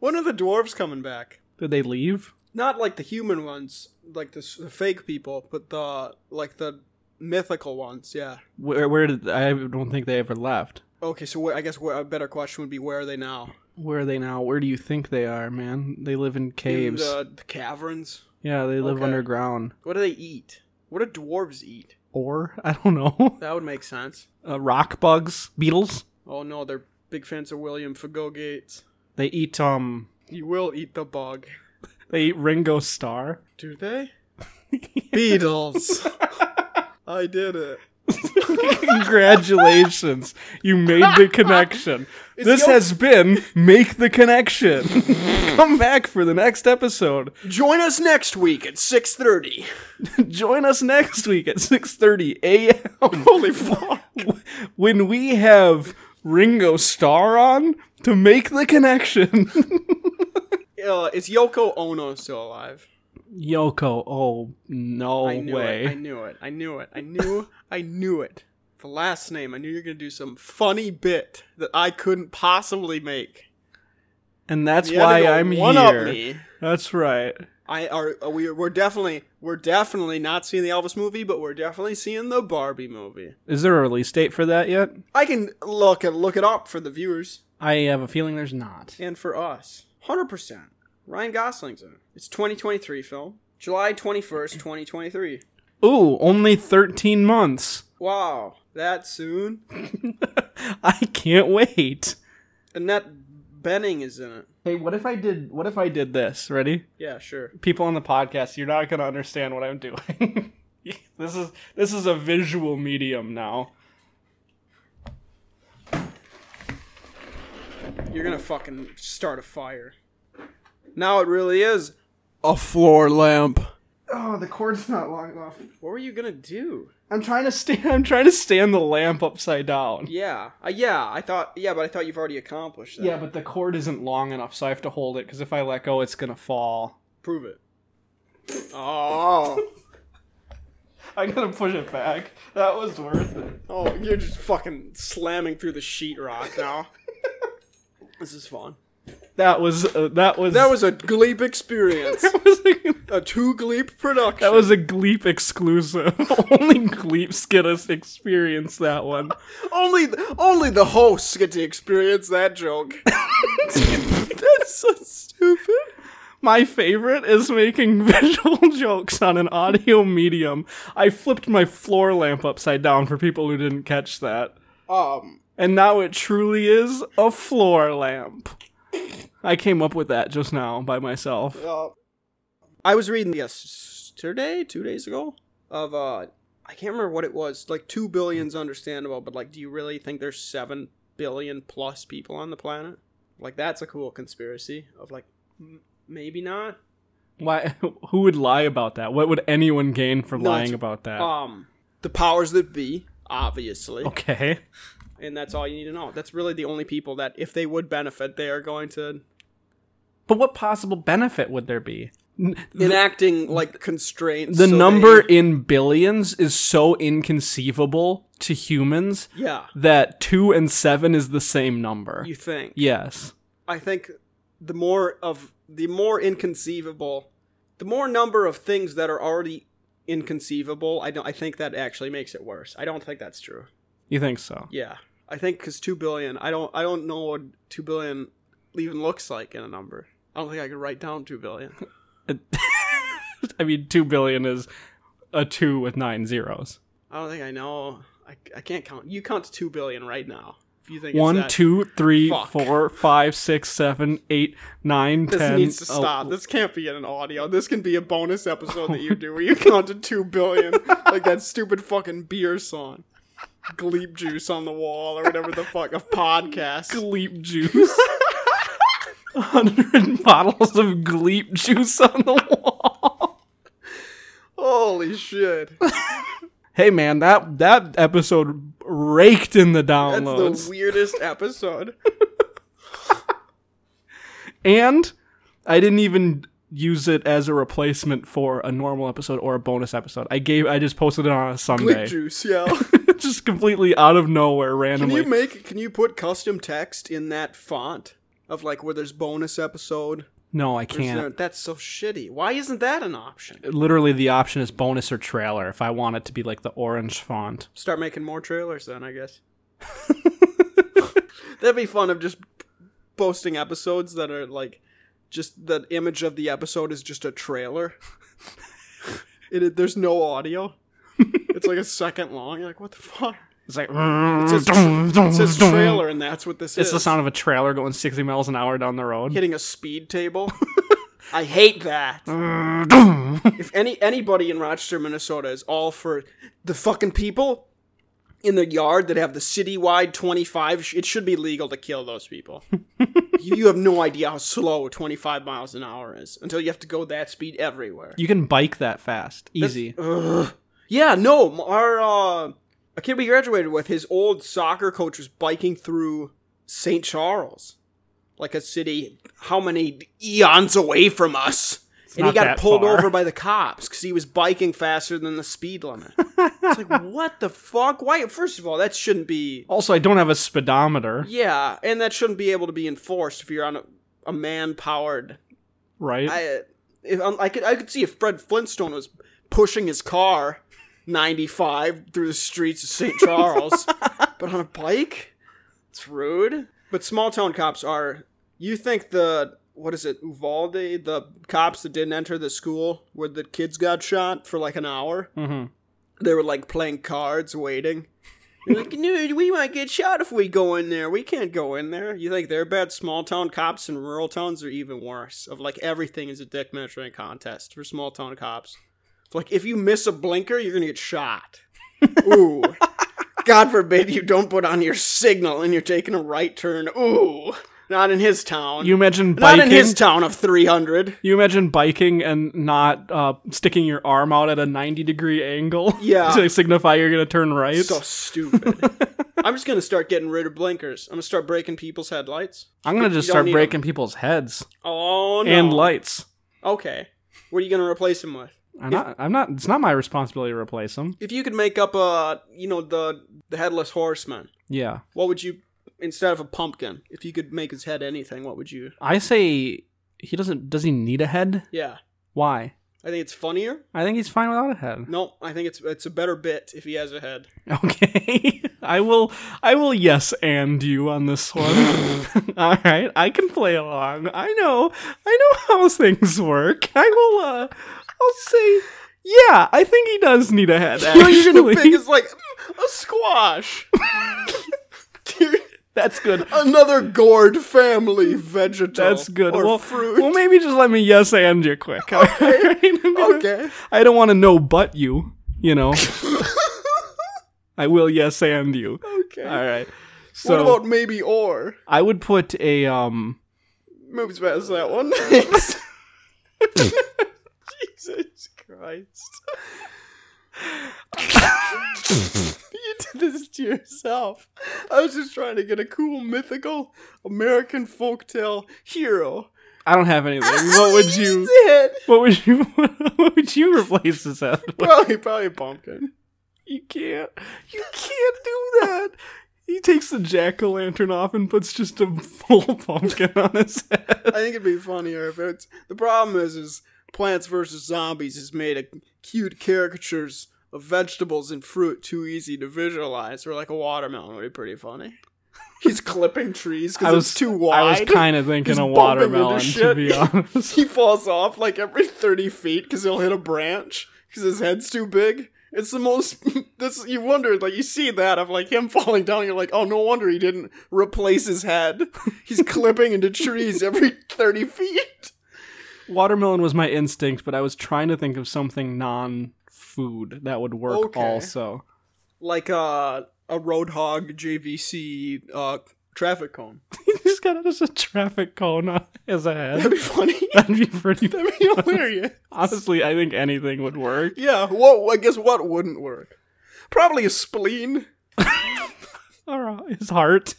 When are the dwarves coming back? Did they leave? Not like the human ones, like the, s- the fake people, but the like the mythical ones. Yeah. Where where did I don't think they ever left. Okay, so where, I guess where, a better question would be where are they now? Where are they now? Where do you think they are, man? They live in caves. In the, the caverns. yeah, they live okay. underground. What do they eat? What do dwarves eat? Or I don't know. That would make sense. Uh, rock bugs, beetles. Oh no, they're big fans of William Fago Gates. They eat um. You will eat the bug. They eat Ringo Starr. Do they? Beatles. I did it. Congratulations, you made the connection. this your- has been make the connection. Come back for the next episode. Join us next week at 6:30. Join us next week at 6:30 a.m. Holy fuck. When we have Ringo Starr on to make the connection. Uh, is Yoko Ono still alive? Yoko, oh no I knew way. it. I knew it. I knew it. I knew I knew it. The last name. I knew you were going to do some funny bit that I couldn't possibly make. and that's You had to why go I'm one-up here. me. That's right. I are are we we're definitely we're definitely not seeing the Elvis movie, but we're definitely seeing the Barbie movie. Is there a release date for that yet? I can look and look it up for the viewers I have a feeling there's not. and for us. Hundred percent. Ryan Gosling's in it. It's 2023 film, July 21st, 2023. Ooh, only 13 months. Wow, that soon. I can't wait. Annette Benning is in it. Hey, what if I did what if I did this? Ready? Yeah, sure. people on the podcast, you're not gonna understand what I'm doing. this is this is a visual medium now. You're gonna fucking start a fire. Now it really is a floor lamp. Oh, the cord's not long enough. What were you gonna do? I'm trying to stand. I'm trying to stand the lamp upside down. Yeah, uh, yeah. I thought, yeah, but I thought you've already accomplished that. Yeah, but the cord isn't long enough, so I have to hold it because if I let go, it's gonna fall. prove it. Oh, I gotta push it back. That was worth it. oh, you're just fucking slamming through the sheetrock now. this is fun. That was uh, that was That was a Gleep experience. that was a, a two Gleep production. that was a Gleep exclusive. Only Gleeps get us experience that one. Only only the hosts get to experience that joke. That's so stupid. My favorite is making visual jokes on an audio medium. I flipped my floor lamp upside down for people who didn't catch that. Um, And now it truly is a floor lamp. I came up with that just now by myself. uh, I was reading yesterday, two days ago, of uh, I can't remember what it was. Like two billion's understandable, but like, do you really think there's seven billion plus people on the planet? Like, that's a cool conspiracy of like, m- maybe not. Why who would lie about that? What would anyone gain from No, lying it's- about that? Um, the powers that be, obviously. okay. and that's all you need to know. That's really the only people that, if they would benefit, they are going to But what possible benefit would there be? N- enacting like constraints. the so number they- in billions is so inconceivable to humans yeah, that 2 and 7 is the same number. you think? yes. I think the more of the more inconceivable, the more number of things that are already inconceivable. I don't. I think that actually makes it worse. I don't think that's true. You think so? Yeah, I think because two billion. I don't. I don't know what two billion even looks like in a number. I don't think I could write down two billion. I mean 2 billion is a 2 with 9 zeros. I don't think I know. I, I can't count. You count to two billion right now. If you think it's One, that. two, three, Fuck. four, five, six, seven, eight, nine, This ten, oh, needs to el- stop. This can't be in an audio. This can be a bonus episode that you do where you count to two billion, like that stupid fucking beer song, Gleep Juice on the wall or whatever the fuck a podcast. Gleep juice. 100 bottles of Gleep juice on the wall. Holy shit! Hey man, that that episode raked in the That's downloads. the weirdest episode. and I didn't even use it as a replacement for a normal episode or a bonus episode. I gave I just posted it on a Sunday. Gleep Juice, yeah. just completely out of nowhere Can randomly. you make? Can you put custom text in that font of like where there's bonus episode? no, I There's can't. no- that's so shitty. Why isn't that an option? Literally the option is bonus or trailer if I want it to be like the orange font. Start making more trailers then, I guess. That'd be fun of just posting episodes that are like just the image of the episode is just a trailer. it, it- there's no audio. it's like a second long. You're like, what the fuck? It's like It says, tra- it says trailer, and that's what this It's is. the sound of a trailer going 60 miles an hour down the road. hitting a speed table. I hate that. if any anybody in Rochester, Minnesota is all for the fucking people in the yard that have the citywide 25, sh- it should be legal to kill those people. you, you have no idea how slow 25 miles an hour is until you have to go that speed everywhere. You can bike that fast. Easy. Ugh. Yeah, no, m- our uh, a kid we graduated with, his old soccer coach was biking through St. Charles, like a city how many eons away from us, and he not got that pulled far. over by the cops because he was biking faster than the speed limit. it's like what the fuck? Why? First of all, that shouldn't be. also, I don't have a speedometer, Yeah, and that shouldn't be able to be enforced if you're on a, a man-powered right? I if um, I could I could see if Fred Flintstone was pushing his car 95 through the streets of St. Charles, but on a bike? It's rude. But small town cops are you think the what is it, Uvalde, the cops that didn't enter the school where the kids got shot for like an hour? mm-hmm. They were like playing cards waiting. They're like, dude, we might get shot if we go in there. We can't go in there. You think they're bad? Small town cops in rural towns are even worse. Of like everything is a dick measuring contest for small town cops. It's like if you miss a blinker, you're gonna get shot. Ooh. God forbid you don't put on your signal and you're taking a right turn. Ooh. Not in his town. You imagine Not biking. in his town of 300. you imagine biking and not uh, sticking your arm out at a 90 degree angle Yeah. to signify you're going to turn right. so stupid. I'm just gonna start getting rid of blinkers. I'm gonna start breaking people's headlights. I'm going to just You don't start need 'em. breaking people's heads Oh no! and lights. Okay, what are you gonna replace them with? I'm not, I'm not, it's not my responsibility to replace them. If you could make up a, you know, the the headless horseman, Yeah. what would you instead of a pumpkin? If you could make his head anything, what would you? I say he doesn't, does he need a head? Yeah, Why? I think it's funnier. I think he's fine without a head. No, I think it's it's a better bit if he has a head. Okay. I will I will yes and you on this one. All right. I can play along. I know. I know how things work. I will uh I'll say yeah, I think he does need a head. What you're gonna actually. pick is like mm, a squash. That's good. Another gourd family vegetable. That's good. Or well, fruit. well, maybe just let me yes and you quick. Okay. okay. I don't want to know but you, you know. I will yes and you. Okay. All right. So what about maybe or? I would put a um Moves past that one. Thanks. Jesus Christ. you did this to yourself. I was just trying to get a cool mythical American folktale hero I don't have anything. What would you? Did. What would you? What would you replace this as? with? Probably, probably a pumpkin. You can't. You can't do that. He takes the jack o' lantern off and puts just a full pumpkin on his head. I think it'd be funnier if it's. The problem is, is Plants vs Zombies has made a cute caricatures of vegetables and fruit too easy to visualize. Or like a watermelon would be pretty funny. He's clipping trees I because was- it's too wide. I was kind of thinking He's a bumping into watermelon, to shit. be honest. he falls off like every 30 feet because he'll hit a branch because his head's too big it's the most this you wonder like you see that of like him falling down you're like oh no wonder he didn't replace his head he's clipping into trees every 30 feet Watermelon was my instinct, but I was trying to think of something non-food that would work. Okay. Also, like uh, a roadhog jvc uh traffic cone he just got it as a traffic cone on his that'd head. be funny That'd be pretty. that'd be hilarious Honestly, I think anything would work. yeah well i guess what wouldn't work probably a spleen Or uh, his heart.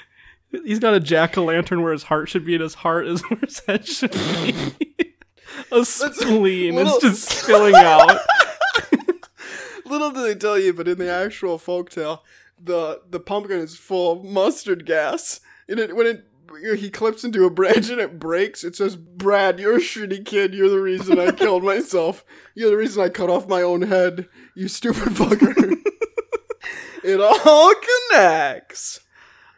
He's got a jack o' lantern where his heart should be, and his heart is where his head should be. a spleen little- is just spilling out. Little do they tell you, but in the actual folktale, the the pumpkin is full of mustard gas, and it when it he clips into a branch and it breaks. It says, "Brad, you're a shitty kid. You're the reason I killed myself. You're the reason I cut off my own head. You stupid fucker." it all connects.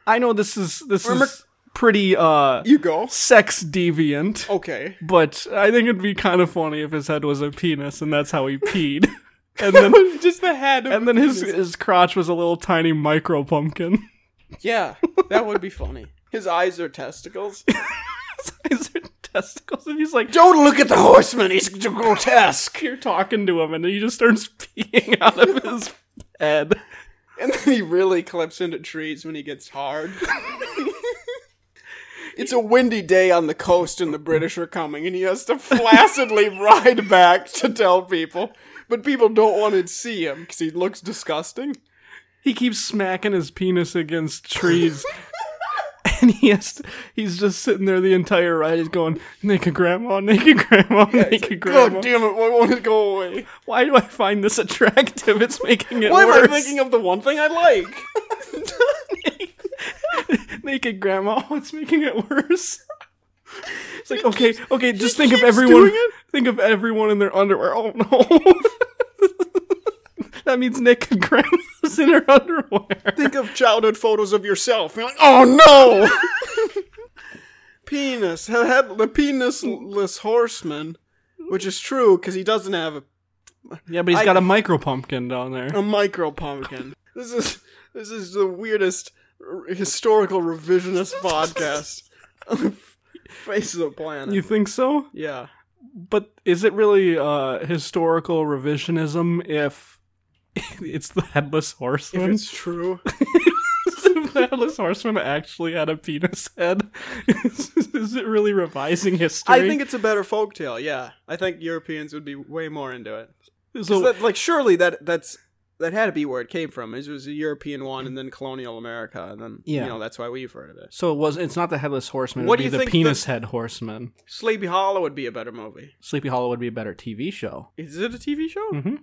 I know this is this Remember- is pretty uh You go. sex Oh. deviant. Okay. But I think it'd be kind of funny if his head was a penis and that's how he peed. And then Just the head. Of and then his his crotch was a little tiny micro pumpkin. yeah, that would be funny. His eyes are testicles. his testicles and he's like Don't look at the horseman. He's grotesque. you're talking to him and he just starts peeing out of his head. And then he really clips into trees when he gets hard. it's a windy day on the coast and the British are coming, and he has to flaccidly ride back to tell people. But people don't want to see him because he looks disgusting. He keeps smacking his penis against trees. And he has to, he's just sitting there the entire ride. He's going, naked grandma, naked grandma, naked grandma. God damn it, why won't it go away? Why do I find this attractive? It's making it Why am worse. I thinking of the one thing I like? naked grandma. Oh, it's making it worse. It's like okay, okay. Just think of keeps everyone. doing it. Think of everyone in their underwear. Oh no. that means naked grandma's in her underwear. Think of childhood photos of yourself. You're like, oh no! penis. The head- the penisless horseman, which is true because he doesn't have a Yeah, but he's I- got a micro pumpkin down there. a micro pumpkin. This is this is the weirdest r- historical revisionist podcast on the face of the planet. You think so? yeah, But is it really uh, historical revisionism if it's the headless if horseman? it's true. if the headless horseman actually had a penis head, is, is it really revising history? I think it's a better folktale. Yeah, I think Europeans would be way more into it. it's 'Cause that- like surely that that's that had to be where it came from. It was a European one, and then colonial America, and then Yeah. you know that's why we've heard of it. So it was. It's not the headless horseman. It What would do be the you think penis head horseman. Sleepy Hollow would be a better movie. Sleepy Hollow would be a better TV show. Is it a TV show? Mm-hmm.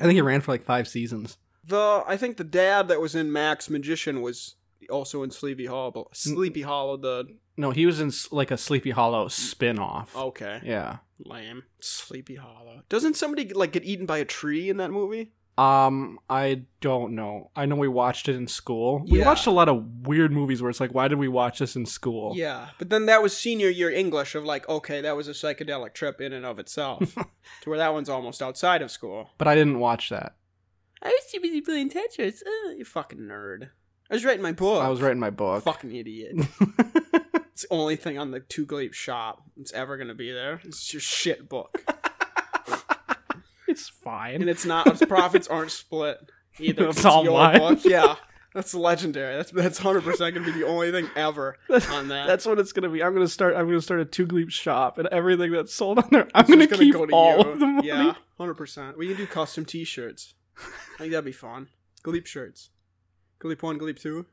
I think it ran for like five seasons. The I think the dad that was in Max Magician was also in Sleepy Hollow. Mm. Sleepy Hollow. The No, he was in s- like a Sleepy Hollow spin-off. okay, yeah. lame Sleepy Hollow. Doesn't somebody like get eaten by a tree in that movie? Um, I don't know. I know we watched it in school. We Yeah. watched a lot of weird movies where it's like, why did we watch this in school? Yeah, but then that was senior year English of like, okay, that was a psychedelic trip in and of itself, to where that one's almost outside of school. But I didn't watch that. I was too busy playing Tetris. Uh, you fucking nerd. I was writing my book. I was writing my book. Fucking idiot. it's the only thing on the Two Gleep shop that's ever gonna be there. It's your shit book. It's fine. and it's not its profits aren't split either. It's all your mine. book. Yeah, that's legendary. That's that's hundred percent gonna be the only thing ever on that. That's what it's gonna be. I'm gonna start. I'm gonna start a two gleep shop, and everything that's sold on there, I'm It's gonna, just keep go to all you. of the money. Yeah, hundred percent. We can do custom T-shirts. I think that'd be fun. Gleep shirts. Gleep one, Gleep two.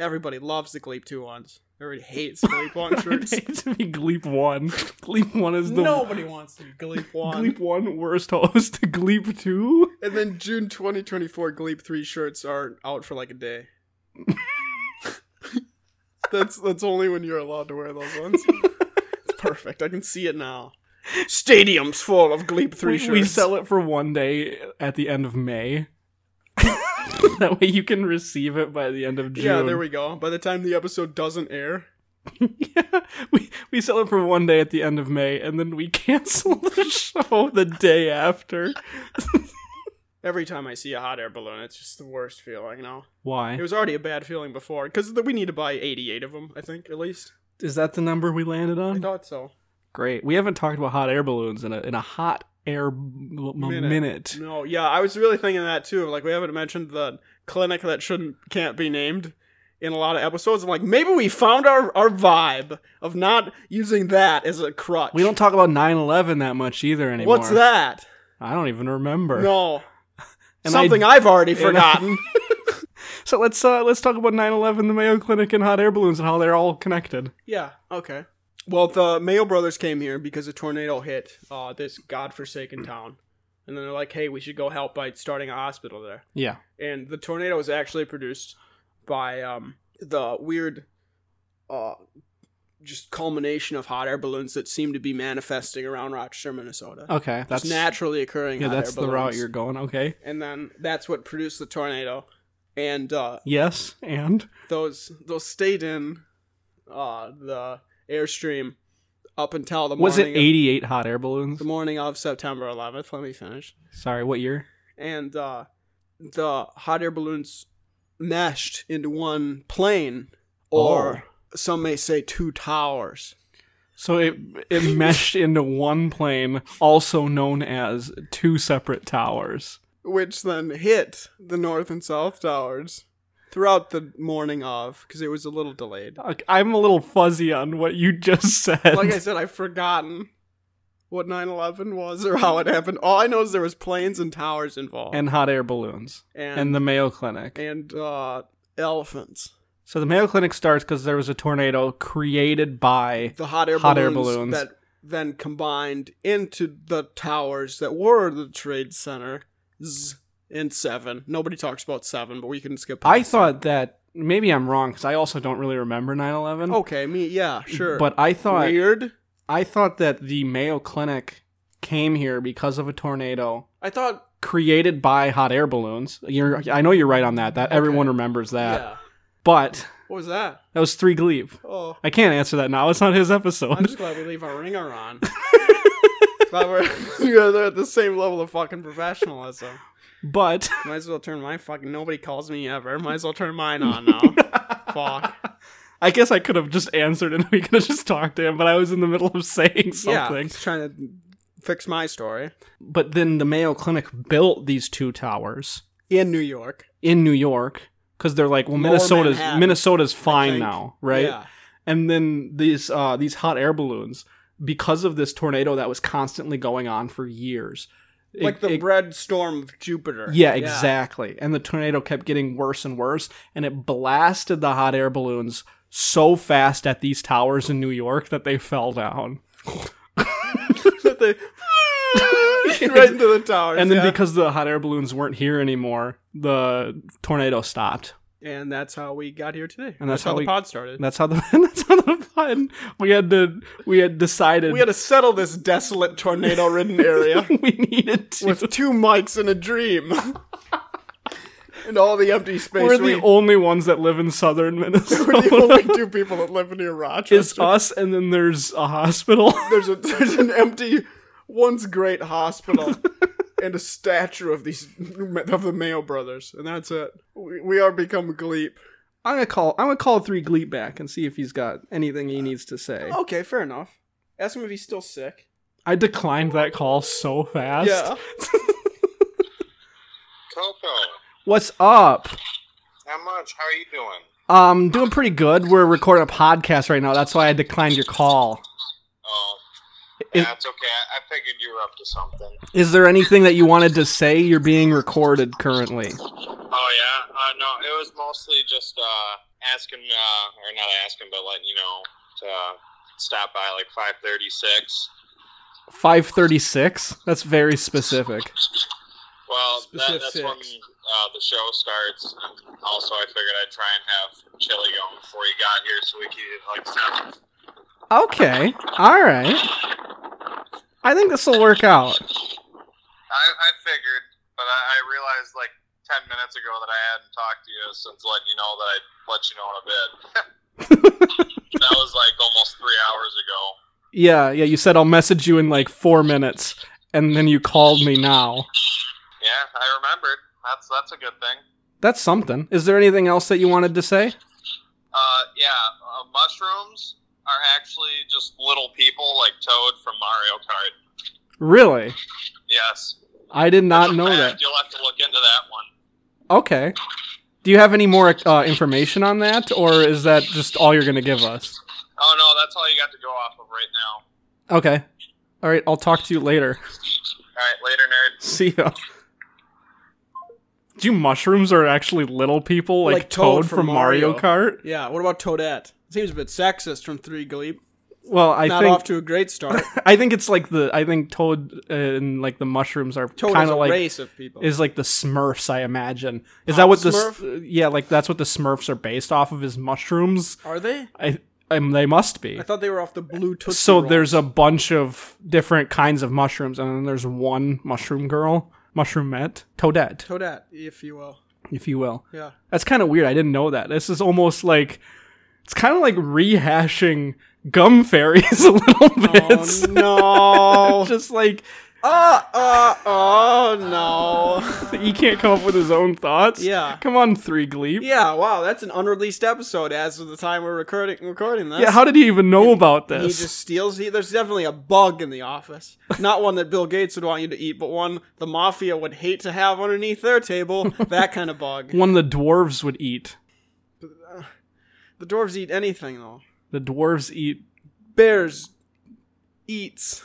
Everybody loves the Gleep two ones. Everybody hates Gleep One shirts. It needs to be Gleep One. Gleep One is the Nobody wants to be Gleep One. Gleep One worst host. Gleep Two. And then June 2024 Gleep 3 shirts are out for like a day. that's that's only when you're allowed to wear those ones. it's perfect. I can see it now. Stadiums full of Gleep 3 We, shirts. we sell it for one day at the end of May. that way you can receive it by the end of June. Yeah, there we go. By the time the episode doesn't air, yeah, we we sell it for one day at the end of May, and then we cancel the show the day after. every time I see a hot air balloon, it's just the worst feeling, you know? It Why was already a bad feeling before, because we need to buy 88 of them, I think, at least. is that the number we landed I on? thought so. Great. We haven't talked about hot air balloons in a in a hot air bl- minute. Minute. No, yeah, I was really thinking that too. Like we haven't mentioned the clinic that shouldn't can't be named in a lot of episodes. I'm like, maybe we found our our vibe of not using that as a crutch. We don't talk about 9/11 that much either anymore. What's that? I don't even remember. No. And Something I, have already and I- forgotten. So let's uh, let's talk about 9/11, the Mayo Clinic, and hot air balloons and how they're all connected. yeah. Okay. Well, the Mayo brothers came here because a tornado hit uh, this godforsaken town, and then they're like, "Hey, we should go help by starting a hospital there." Yeah. and the tornado is actually produced by um, the weird uh, just culmination of hot air balloons that seem to be manifesting around Rochester, Minnesota. Okay. That's Oh, That's naturally occurring. yeah. hot That's air the route balloons. you're going. Okay. And then that's what produced the tornado, and uh, Yes. And those those stayed in uh, the airstream up until the was it morning of- 88 hot air balloons? the morning of September 11th. Let me finish. Sorry, what year? and uh, the hot air balloons meshed into one plane, or some may say two towers. So it it meshed into one plane, also known as two separate towers. Which then hit the north and south towers throughout the morning of, because it was a little delayed. Uh, I'm a little fuzzy on what you just said. Like I said, I've forgotten what 9 11 was or how it happened. All I know is there was planes and towers involved. and hot air balloons and, and the Mayo Clinic. and uh, elephants. So the Mayo Clinic starts because there was a tornado created by the hot air, Hot air balloons. balloons, that then combined into the towers that were the trade center Z- and seven. Nobody talks about seven, but we can skip. I past thought that maybe I'm wrong because I also don't really remember 9/11. that. Okay, me yeah, Oh, sure. But I thought weird. I thought that the Mayo Clinic came here because of a tornado I thought created by hot air balloons. You're I know you're right on that. That everyone remembers that. yeah. But What was that? that was three Gleep. Oh, I can't answer that now. It's not his episode. I'm just glad we leave our ringer on. glad we're yeah, they're at the same level of fucking professionalism. but Might as well turn my fucking. Nobody calls me ever. Might as well turn mine on now. Fuck. I guess I could have just answered and we could have just talked to him, but I was in the middle of saying Yeah, something. just trying to fix my story But then the Mayo Clinic built these two towers in New York. in New York because they're like, well, Lower Minnesota's Manhattan, Minnesota's fine think. now, right? Yeah. And then these uh, these hot air balloons because of this tornado that was constantly going on for years. it- like the it- red storm of Jupiter. Yeah, exactly. And the tornado kept getting worse and worse, and it blasted the hot air balloons so fast at these towers in New York that they fell down. They- right into the towers. And then yeah. because the hot air balloons weren't here anymore, the tornado stopped. and that's how we got here today. And that's how how, we- the pod started. And that's how the and that's how the fun we had to we had decided we had to settle this desolate tornado-ridden area we needed to. with two mics and a dream, and all the empty space. We're we, the only ones that live in southern we're the only Minnesota. two people that live near Rochester. It's us, and then there's a hospital. there's a there's an empty once great hospital and a statue of these of the Mayo brothers, and that's it. We, we are become Gleep. I'm gonna call. I'm gonna call three Gleep back and see if he's got anything he needs to say. Okay, fair enough. Ask him if he's still sick. I declined that call so fast. Yeah. Coco, What's up? how much? How are you doing? Um, doing pretty good. We're recording a podcast right now. That's why I declined your call. Oh, Is, yeah, it's okay. I, I figured you were up to something. is there anything that you wanted to say? You're being recorded currently. Oh yeah, uh, no, it was mostly just uh, asking, uh, or not asking, but letting you know to uh, stop by like five thirty six. Five thirty-six. That's very specific. Well, that, that's when Specifics. uh, the show starts. And also, I figured I'd try and have chili going before you got here, so we could eat at like seven. Okay. All right. I think this will work out. I, I figured, but I, I realized like ten minutes ago that I hadn't talked to you since letting you know that I'd let you know in a bit. that was like almost three hours ago. Yeah, yeah. You said I'll message you in like four minutes, and then you called me now. Yeah, I remembered. That's that's a good thing. That's something. Is there anything else that you wanted to say? Uh, yeah, uh, mushrooms are actually just little people like Toad from Mario Kart. Really? Yes. I did not In know fact, that. You'll have to look into that one. Okay. Do you have any more uh, information on that, or is that just all you're going to give us? Oh no, that's all you got to go off of right now. Okay. All right. I'll talk to you later. All right, later, nerd. See ya. Do mushrooms are actually little people like, Like Toad, Toad from, from Mario Kart? Yeah, what about Toadette? Seems a bit sexist from Three Gleep. Well, I Not think off to a great start. I think it's like the I think Toad and like the mushrooms are Toad kind is a of like race of people. is like the Smurfs. I imagine is that Pop what the s- Smurf? yeah like that's what the Smurfs are based off of is mushrooms. Are they? I, I they must be. I thought they were off the blue Tootsie so Roll. there's a bunch of different kinds of mushrooms, and then there's one mushroom girl, mushroomette, toadette, Toadette, if you will. if you will. Yeah. That's kind of weird. I didn't know that. This is almost like it's kind of like rehashing gum fairies a little bit. Oh no! Just like uh, uh, oh no! he can't come up with his own thoughts. Yeah. Come on, three gleep. Yeah, wow, that's an unreleased episode as of the time we're recording recording this. Yeah, how did he even know about he this? just steals. He, there's definitely a bug in the office. Not one that Bill Gates would want you to eat, but one the mafia would hate to have underneath their table. that kind of bug. One the dwarves would eat. The dwarves eat anything though. The dwarves eat Bears eats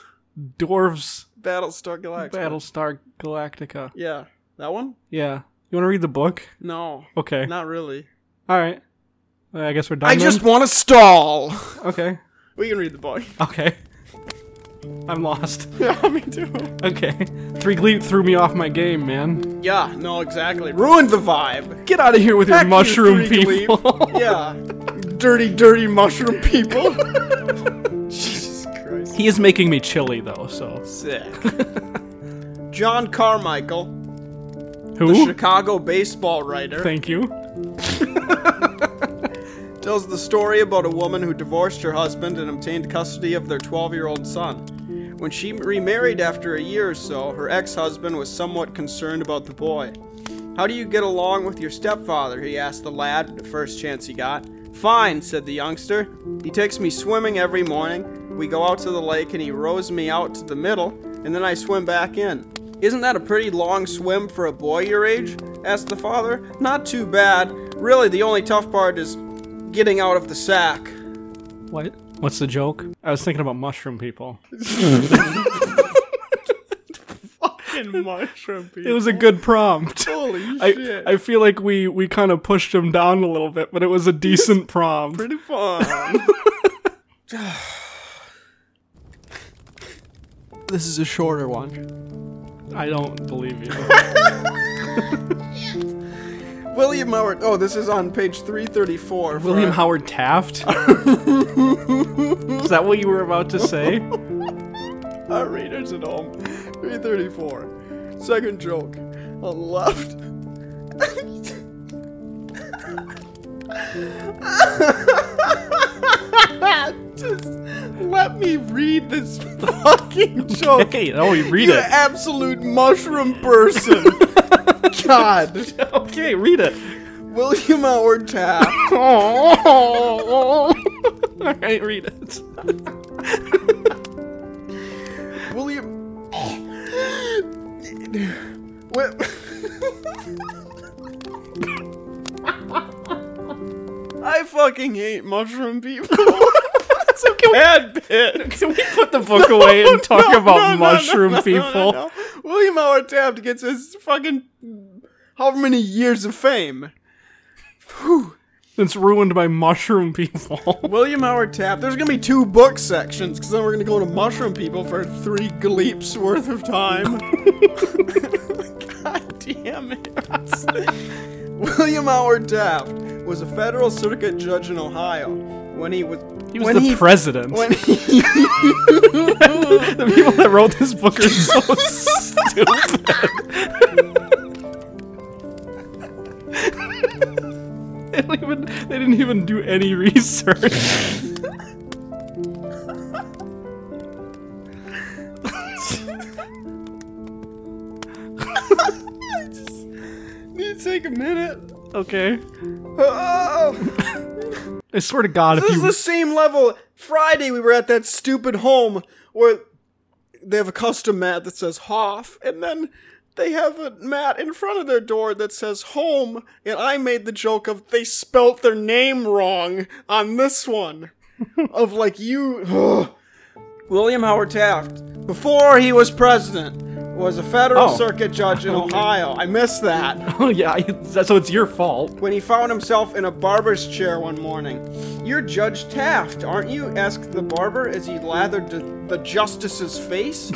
dwarves Battlestar Galactica. Battlestar Galactica. Yeah, that one. Yeah. You want to read the book? No, Okay. not really. All right. Uh, I guess we're done. I then? just want to stall. okay. We can read the book. Okay. I'm lost. yeah, me too. Okay. Three Gleep threw me off my game, man. Yeah, no, exactly. Ruined the vibe. Get out of here with your Heck you, mushroom Three Gleep. people. Yeah. dirty, dirty mushroom people. Jesus Christ. he is making me chilly though. So Sick. John Carmichael, the who? Chicago baseball writer, Thank you. tells the story about a woman who divorced her husband and obtained custody of their 12 year old son. When she remarried after a year or so, her ex husband was somewhat concerned about the boy. How do you get along with your stepfather? he asked the lad the first chance he got. Fine, said the youngster. He takes me swimming every morning. We go out to the lake and he rows me out to the middle, and then I swim back in. Isn't that a pretty long swim for a boy your age? asked the father. Not too bad. Really, the only tough part is getting out of the sack. What? What's the joke? I was thinking about mushroom people. Fucking mushroom It was a good prompt. Holy I, I feel like we, we kind of pushed him down a little bit, but it was a decent prompt. pretty fun. this is a shorter one. I don't believe you. William Howard. Oh, this is on page 334. for William a- Howard Taft? Is that what you were about to say? Our readers at home. 334. Second joke. On the left. Just let me read this fucking joke. Hey, oh, you read You're an it. absolute mushroom person. God. Okay, read it. William Howard Taft. All right, read it. William. Wi- I fucking hate mushroom people. That's a bad bit. Can we put the book away and talk No, about no, no, mushroom no, no, people? no, no. William Howard Taft gets his fucking however many years of fame. Whew. It's ruined by mushroom people. William Howard Taft. There's gonna be two book sections because then we're gonna go to Mushroom People for three gleeps worth of time. God damn it! William Howard Taft was a federal circuit judge in Ohio when he was He was when the he, president. when he the people that wrote this book are so stupid. they, don't even, they didn't even do any research. need to take a minute. Okay. Oh. I swear to God, if This is you the same level. Friday, we were at that stupid home where they have a custom mat that says Hoff, and then they have a mat in front of their door that says Home, and I made the joke of they spelt their name wrong on this one. of like you. ugh. William Howard Taft, before he was president, was a federal Oh. circuit judge in Ohio. I missed that Oh yeah, I- so it's your fault. when he found himself in a barber's chair one morning. You're Judge Taft, aren't you? asked the barber as he lathered the, the justice's face.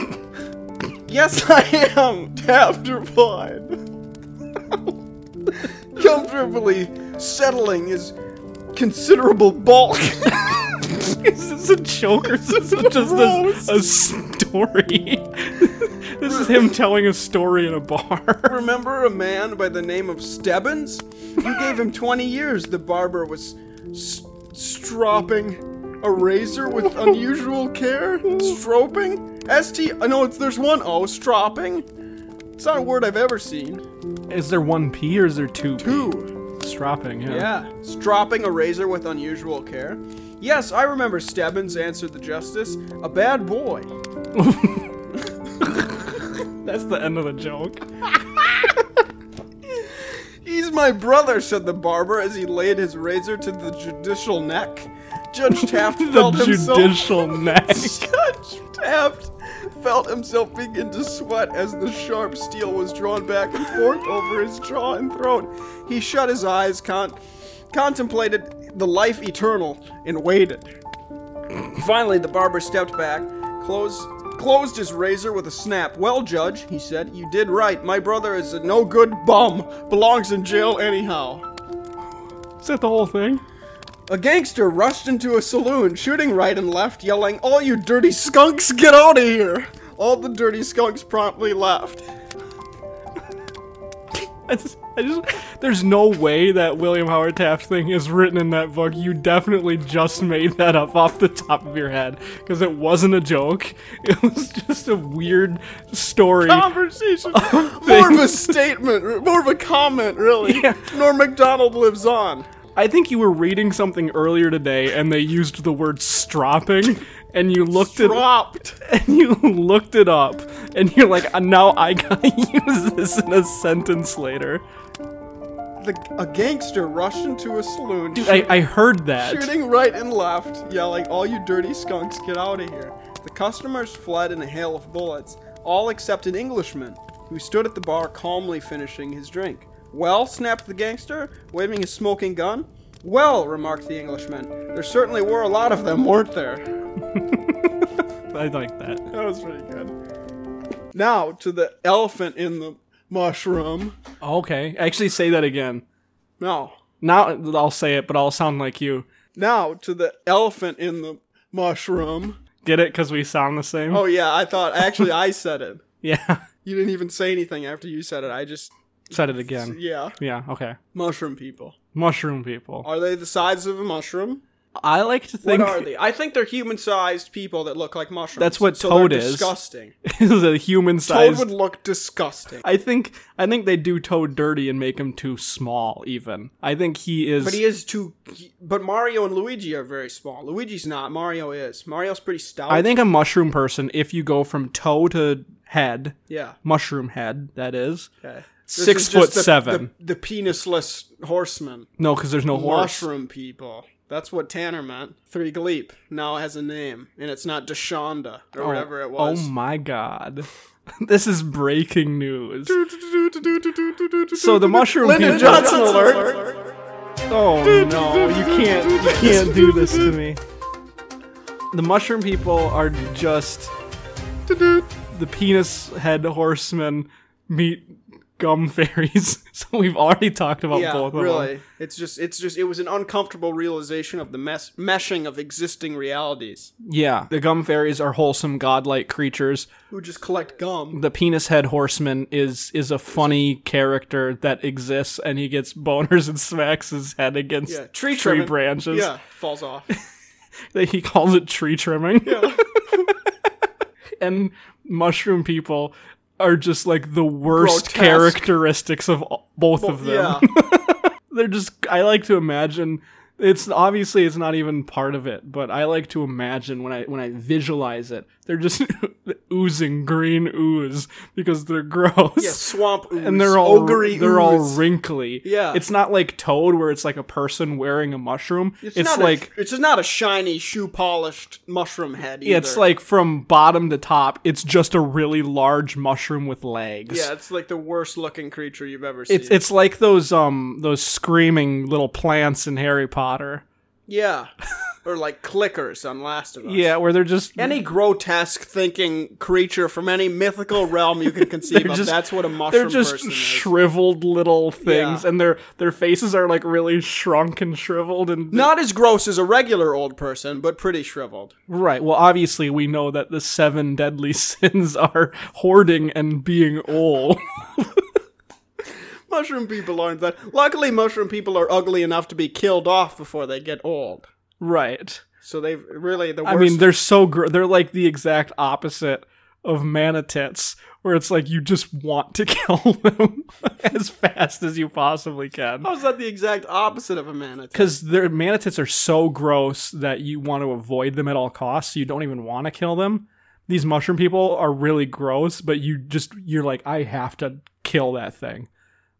yes, I am, Taft replied. Comfortably settling his considerable bulk. Is this a joke or is this just a, a story? this is him telling a story in a bar. Remember a man by the name of Stebbins? You gave him 20 years, the barber was s- stropping a razor with unusual care. Stroping? S-T- uh, no, it's, there's one O, stropping. It's not a word I've ever seen. Is there one P or is there two? P? Two. Stropping. Yeah. Yeah. Stropping a razor with unusual care. Yes, I remember Stebbins, answered the justice. A bad boy. That's the end of the joke. He's my brother, said the barber as he laid his razor to the judicial neck. Judge Taft the felt himself. judicial neck. Judge Taft felt himself begin to sweat as the sharp steel was drawn back and forth over his jaw and throat. He shut his eyes, con- contemplated the life eternal, and waited. Finally, the barber stepped back, closed closed his razor with a snap. Well, Judge, he said, you did right. My brother is a no good bum. Belongs in jail anyhow. Is that the whole thing? A gangster rushed into a saloon, shooting right and left, yelling, All you dirty skunks, get out of here! All the dirty skunks promptly left. I just, I just, there's no way that William Howard Taft thing is written in that book. You definitely just made that up off the top of your head because it wasn't a joke. It was just a weird story. Conversation! more of a statement, more of a comment, really. Yeah. Norm MacDonald lives on. I think you were reading something earlier today and they used the word stropping and you looked it Dropped. and you looked it up and you're like "Uh, now I gotta use this in a sentence later. The, a gangster rushed into a saloon, I, I heard that. shooting right and left, yelling, All you dirty skunks, get out of here. The customers fled in a hail of bullets, all except an Englishman, who stood at the bar calmly finishing his drink. Well, snapped the gangster, waving his smoking gun. Well, remarked the Englishman, there certainly were a lot of them, weren't there? I like that. That was pretty good. Now to the elephant in the mushroom. Okay. Actually say that again. No. Now I'll say it, but I'll sound like you. Now to the elephant in the mushroom. Get it? Because we sound the same? Oh, yeah, I thought, actually, I said it. Yeah. You didn't even say anything after you said it. I just, Said it again. yeah. Yeah, okay. Mushroom people. Mushroom people. Are they the size of a mushroom? I like to What think are they? I think they're human-sized people that look like mushrooms. That's what so toad they're is. Disgusting. is a human Toad size. would look disgusting. I think I think they do Toad dirty and make him too small. Even I think he is. But he is too. he- But Mario and Luigi are very small. Luigi's not. Mario is. Mario's pretty stout. I think a mushroom person. If you go from toe to head, Yeah. mushroom head, that is Okay. This six is just foot the- seven. The, the penisless horseman. No, because there's no horse. Mushroom people. That's what Tanner meant. Three Gleep now has a name, and it's not Deshonda or Oh, whatever it was. Oh my god, this is breaking news. So the mushroom Lyndon people. Johnson alert. Oh no, you can't you can't do this to me. The mushroom people are just the penis head horsemen meet gum fairies. so we've already talked about yeah, both of really. them. It's just, it's just, it was an uncomfortable realization of the mes- meshing of existing realities. Yeah, the gum fairies are wholesome godlike creatures. Who just collect gum? The penis head horseman is is a funny character that exists and he gets boners and smacks his head against Yeah, tree tree trimming. branches. Yeah, falls off. that he calls it tree trimming. Yeah. and mushroom people are just like the worst Grotesque. characteristics of all- both of them. yeah, They're just I like to imagine it's obviously it's not even part of it, but I like to imagine when I when I visualize it, they're just oozing green ooze because they're gross. yeah, swamp ooze, And they're all ogre they're all ooze. wrinkly. Yeah. it's not like Toad where it's like a person wearing a mushroom. It's, not a- like it's just not a shiny shoe polished mushroom head. Yeah, it's either. like from bottom to top, it's just a really large mushroom with legs. yeah, it's like the worst looking creature you've ever seen. It's it's like those um those screaming little plants in Harry Potter. yeah, or like clickers on Last of Us. Yeah, where they're just Any grotesque thinking creature from any mythical realm you can conceive They're of, just- that's what a mushroom they're just person is. shriveled little things Yeah. and their their faces are like really shrunk and shriveled and Not as gross as a regular old person, but pretty shriveled. right. Well, obviously we know that the seven deadly sins are hoarding and being old. Mushroom people aren't that. Luckily, mushroom people are ugly enough to be killed off before they get old. right. So they've really the worst. I mean, they're so gr- they're like the exact opposite of manatits, where it's like you just want to kill them as fast as you possibly can. How is that the exact opposite of a manatee? Because their manatits are so gross that you want to avoid them at all costs. So you don't even want to kill them. These mushroom people are really gross, but you just you're like, I have to kill that thing.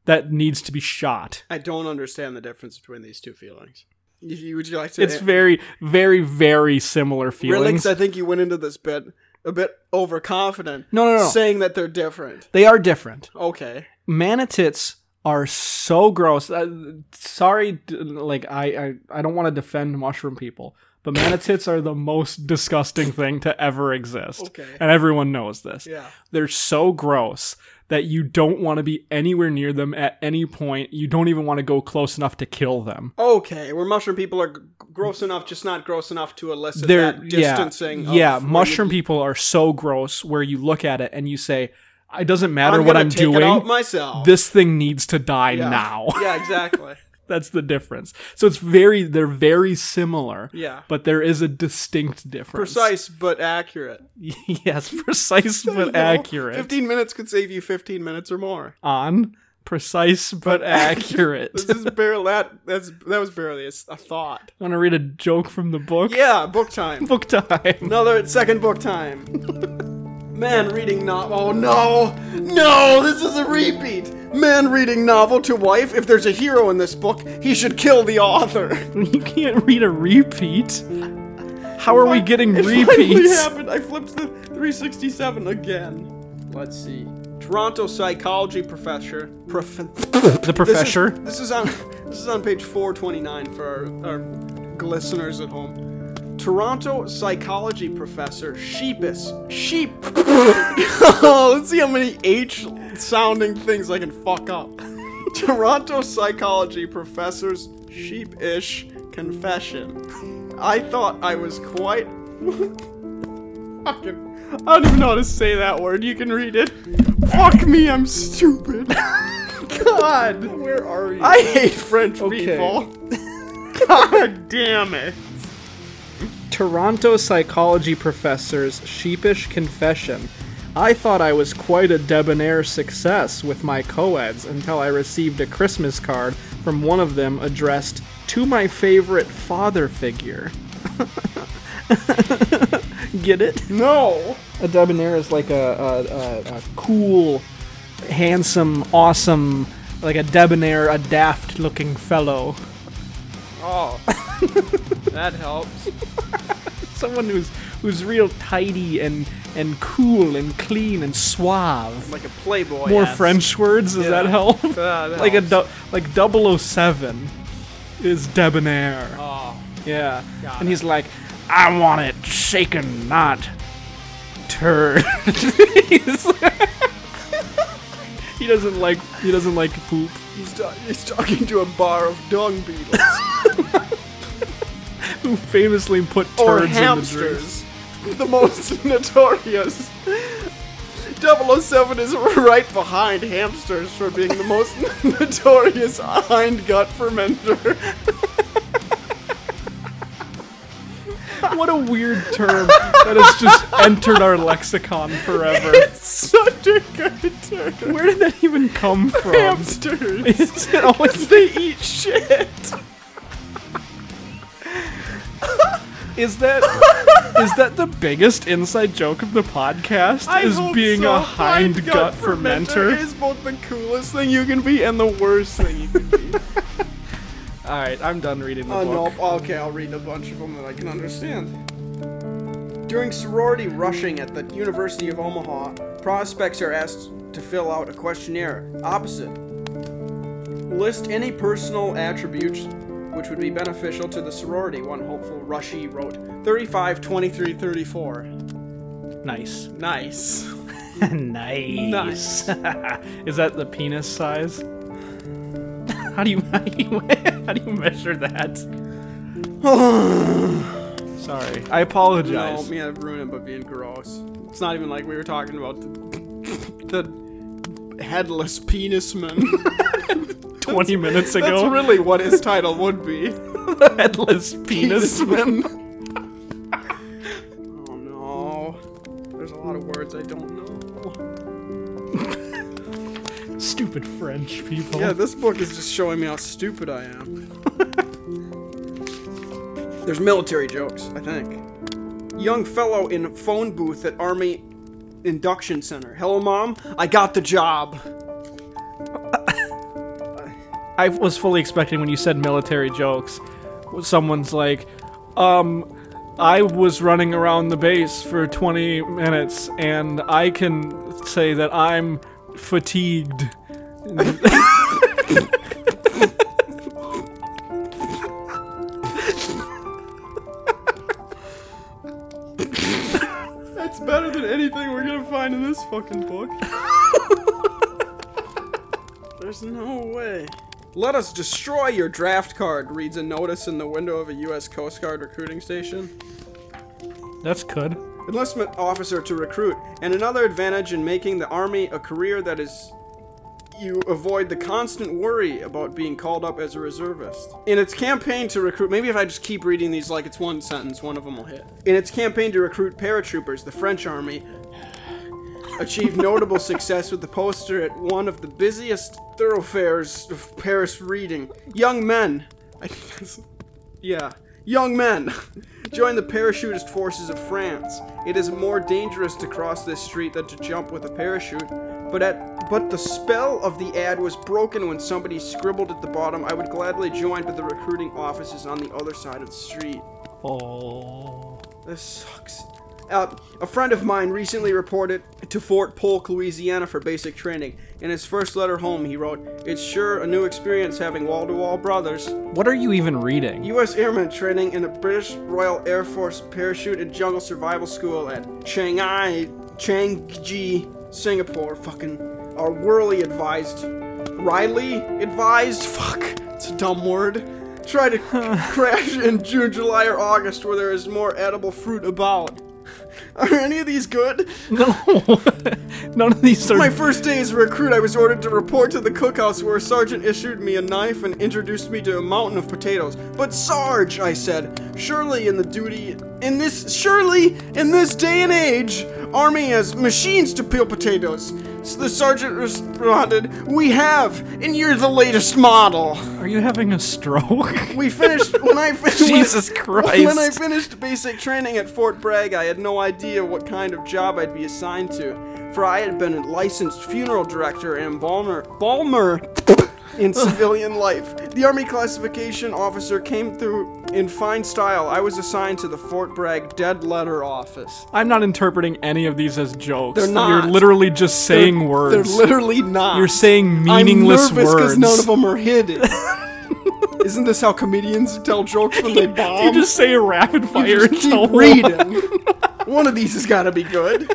That needs to be shot. I don't understand the difference between these two feelings. You- you- Would you like to? It's very, very, very similar feelings. Relix, I think you went into this bit a bit overconfident, No, no, no. saying that they're different. They are different. Okay, manatits are so gross. Uh, sorry, d- like I, I, I don't want to defend mushroom people, but manatits are the most disgusting thing to ever exist, Okay. and everyone knows this. yeah. They're so gross that you don't want to be anywhere near them at any point. You don't even want to go close enough to kill them. Okay, where mushroom people are g- gross enough, just not gross enough to elicit They're that distancing. Yeah, of yeah where mushroom you- people are so gross where you look at it and you say, "It doesn't matter I'm what gonna I'm take It out doing. myself. This thing needs to die Yeah. now." yeah, exactly. That's the difference. So it's very they're very similar, Yeah, but there is a distinct difference. precise but accurate. yes, precise You know, but accurate. Fifteen minutes could save you fifteen minutes or more. On precise but accurate. This is barely that. That's that was barely a, s- a thought. Want to read a joke from the book? Yeah, book time. Book time. Another second book time. Man reading novel. Oh no! No! This is a repeat! Man reading novel to wife. If there's a hero in this book, he should kill the author. You can't read a repeat. How are we getting It finally repeats? happened. I flipped the 367 again. Let's see. Toronto psychology professor. Prof- The professor. This is, this is on this is on page 429 for our, our listeners at home. Toronto psychology professor Sheepus Sheep. Oh, Let's see how many H sounding things I can fuck up. Toronto psychology professor's sheepish confession. I thought I was quite fucking. I don't even know how to say that word. You can read it. Fuck me, I'm stupid. God, where are you? I hate French people. God damn it. Toronto psychology professor's sheepish confession. I thought I was quite a debonair success with my co-eds until I received a Christmas card from one of them addressed to my favorite father figure. Get it? No. A debonair is like a, a, a, a cool, handsome, awesome, like a debonair, a daft looking fellow. Oh, that helps. someone who's who's real tidy and and cool and clean and suave. Like a playboy. More ass. French words, does that help? that like a helps. du- like 007. is debonair. Oh, yeah. got And he's like, I want it shaken, not turd. He's- he doesn't like he doesn't like poop. he's, ta- he's talking to a bar of dung beetles Who famously put turds in or the drink. hamsters. The most notorious. 007 is right behind hamsters for being the most notorious hindgut fermenter. What a weird term that has just entered our lexicon forever. Such a good term. Where did that even come from? Hamsters. Is it always they eat shit. Is that is that the biggest inside joke of the podcast? I is hope being so. a hind, gut, fermenter? is both the coolest thing you can be and the worst thing you can be. All right, I'm done reading the Oh book. no! Okay, I'll read a bunch of them that I can understand. During sorority rushing at the University of Omaha, prospects are asked to fill out a questionnaire. Opposite. List any personal attributes which would be beneficial to the sorority, one hopeful rushie wrote. 35, 23, 34. Nice, Nice. nice. is that the penis size? How do you how do you, how do you measure that? Sorry, I No, apologize. me, I'd ruin it by being gross. It's not even like we were talking about the, the headless penis man. Twenty minutes That's ago, really what his title would be. the headless penis. Penisman. oh no. There's a lot of words I don't know. Stupid French people. Yeah, this book is just showing me how stupid I am. There's military jokes, I think. Young fellow in phone booth at Army Induction Center. Hello, Mom. I got the job. I was fully expecting when you said military jokes, someone's like, um, I was running around the base for 20 minutes and I can say that I'm fatigued. That's better than anything we're gonna find in this fucking book. There's no way. Let us destroy your draft card, reads a notice in the window of a U.S. Coast Guard recruiting station. That's good. Enlistment officer to recruit, and another advantage in making the Army a career that is. You avoid the constant worry about being called up as a reservist. In its campaign to recruit, maybe if I just keep reading these like it's one sentence, one of them will hit. In its campaign to recruit paratroopers, the French Army achieved notable success with the poster at one of the busiest thoroughfares of Paris reading. Young men. I think that's. Yeah. Young men. Join the parachutist forces of France. It is more dangerous to cross this street than to jump with a parachute. But at but the spell of the ad was broken when somebody scribbled at the bottom, I would gladly join, but the recruiting office is on the other side of the street. Oh. This sucks. Uh, a friend of mine recently reported to Fort Polk, Louisiana for basic training. In his first letter home, he wrote, It's sure a new experience having wall to wall brothers. What are you even reading? U.S. airmen training in the British Royal Air Force Parachute and Jungle Survival School at Shanghai, Changji, Singapore. Fucking are Worley advised. Riley advised? Fuck. It's a dumb word. Try to crash in June, July, or August where there is more edible fruit about. Are any of these good? no. None of these are. My first day as a recruit, I was ordered to report to the cookhouse where a sergeant issued me a knife and introduced me to a mountain of potatoes. But Sarge, I said, surely in the duty in this surely in this day and age, army has machines to peel potatoes. So the sergeant responded, "We have, and you're the latest model." are you having a stroke? We finished when I fin- Jesus when, Christ. When I finished basic training at Fort Bragg, I had no idea what kind of job I'd be assigned to, for I had been a licensed funeral director and embalmer, balmer in civilian life. The Army classification officer came through in fine style. I was assigned to the Fort Bragg dead letter office. I'm not interpreting any of these as jokes. They're not. You're literally just saying They're- words. They're literally not. You're saying meaningless I'm nervous words. none of them are hidden. Isn't this how comedians tell jokes when they bomb? You just say rapid You fire just and keep reading. One of these has got to be good.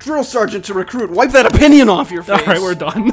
Drill sergeant to recruit. Wipe that opinion off your face. All right, we're done.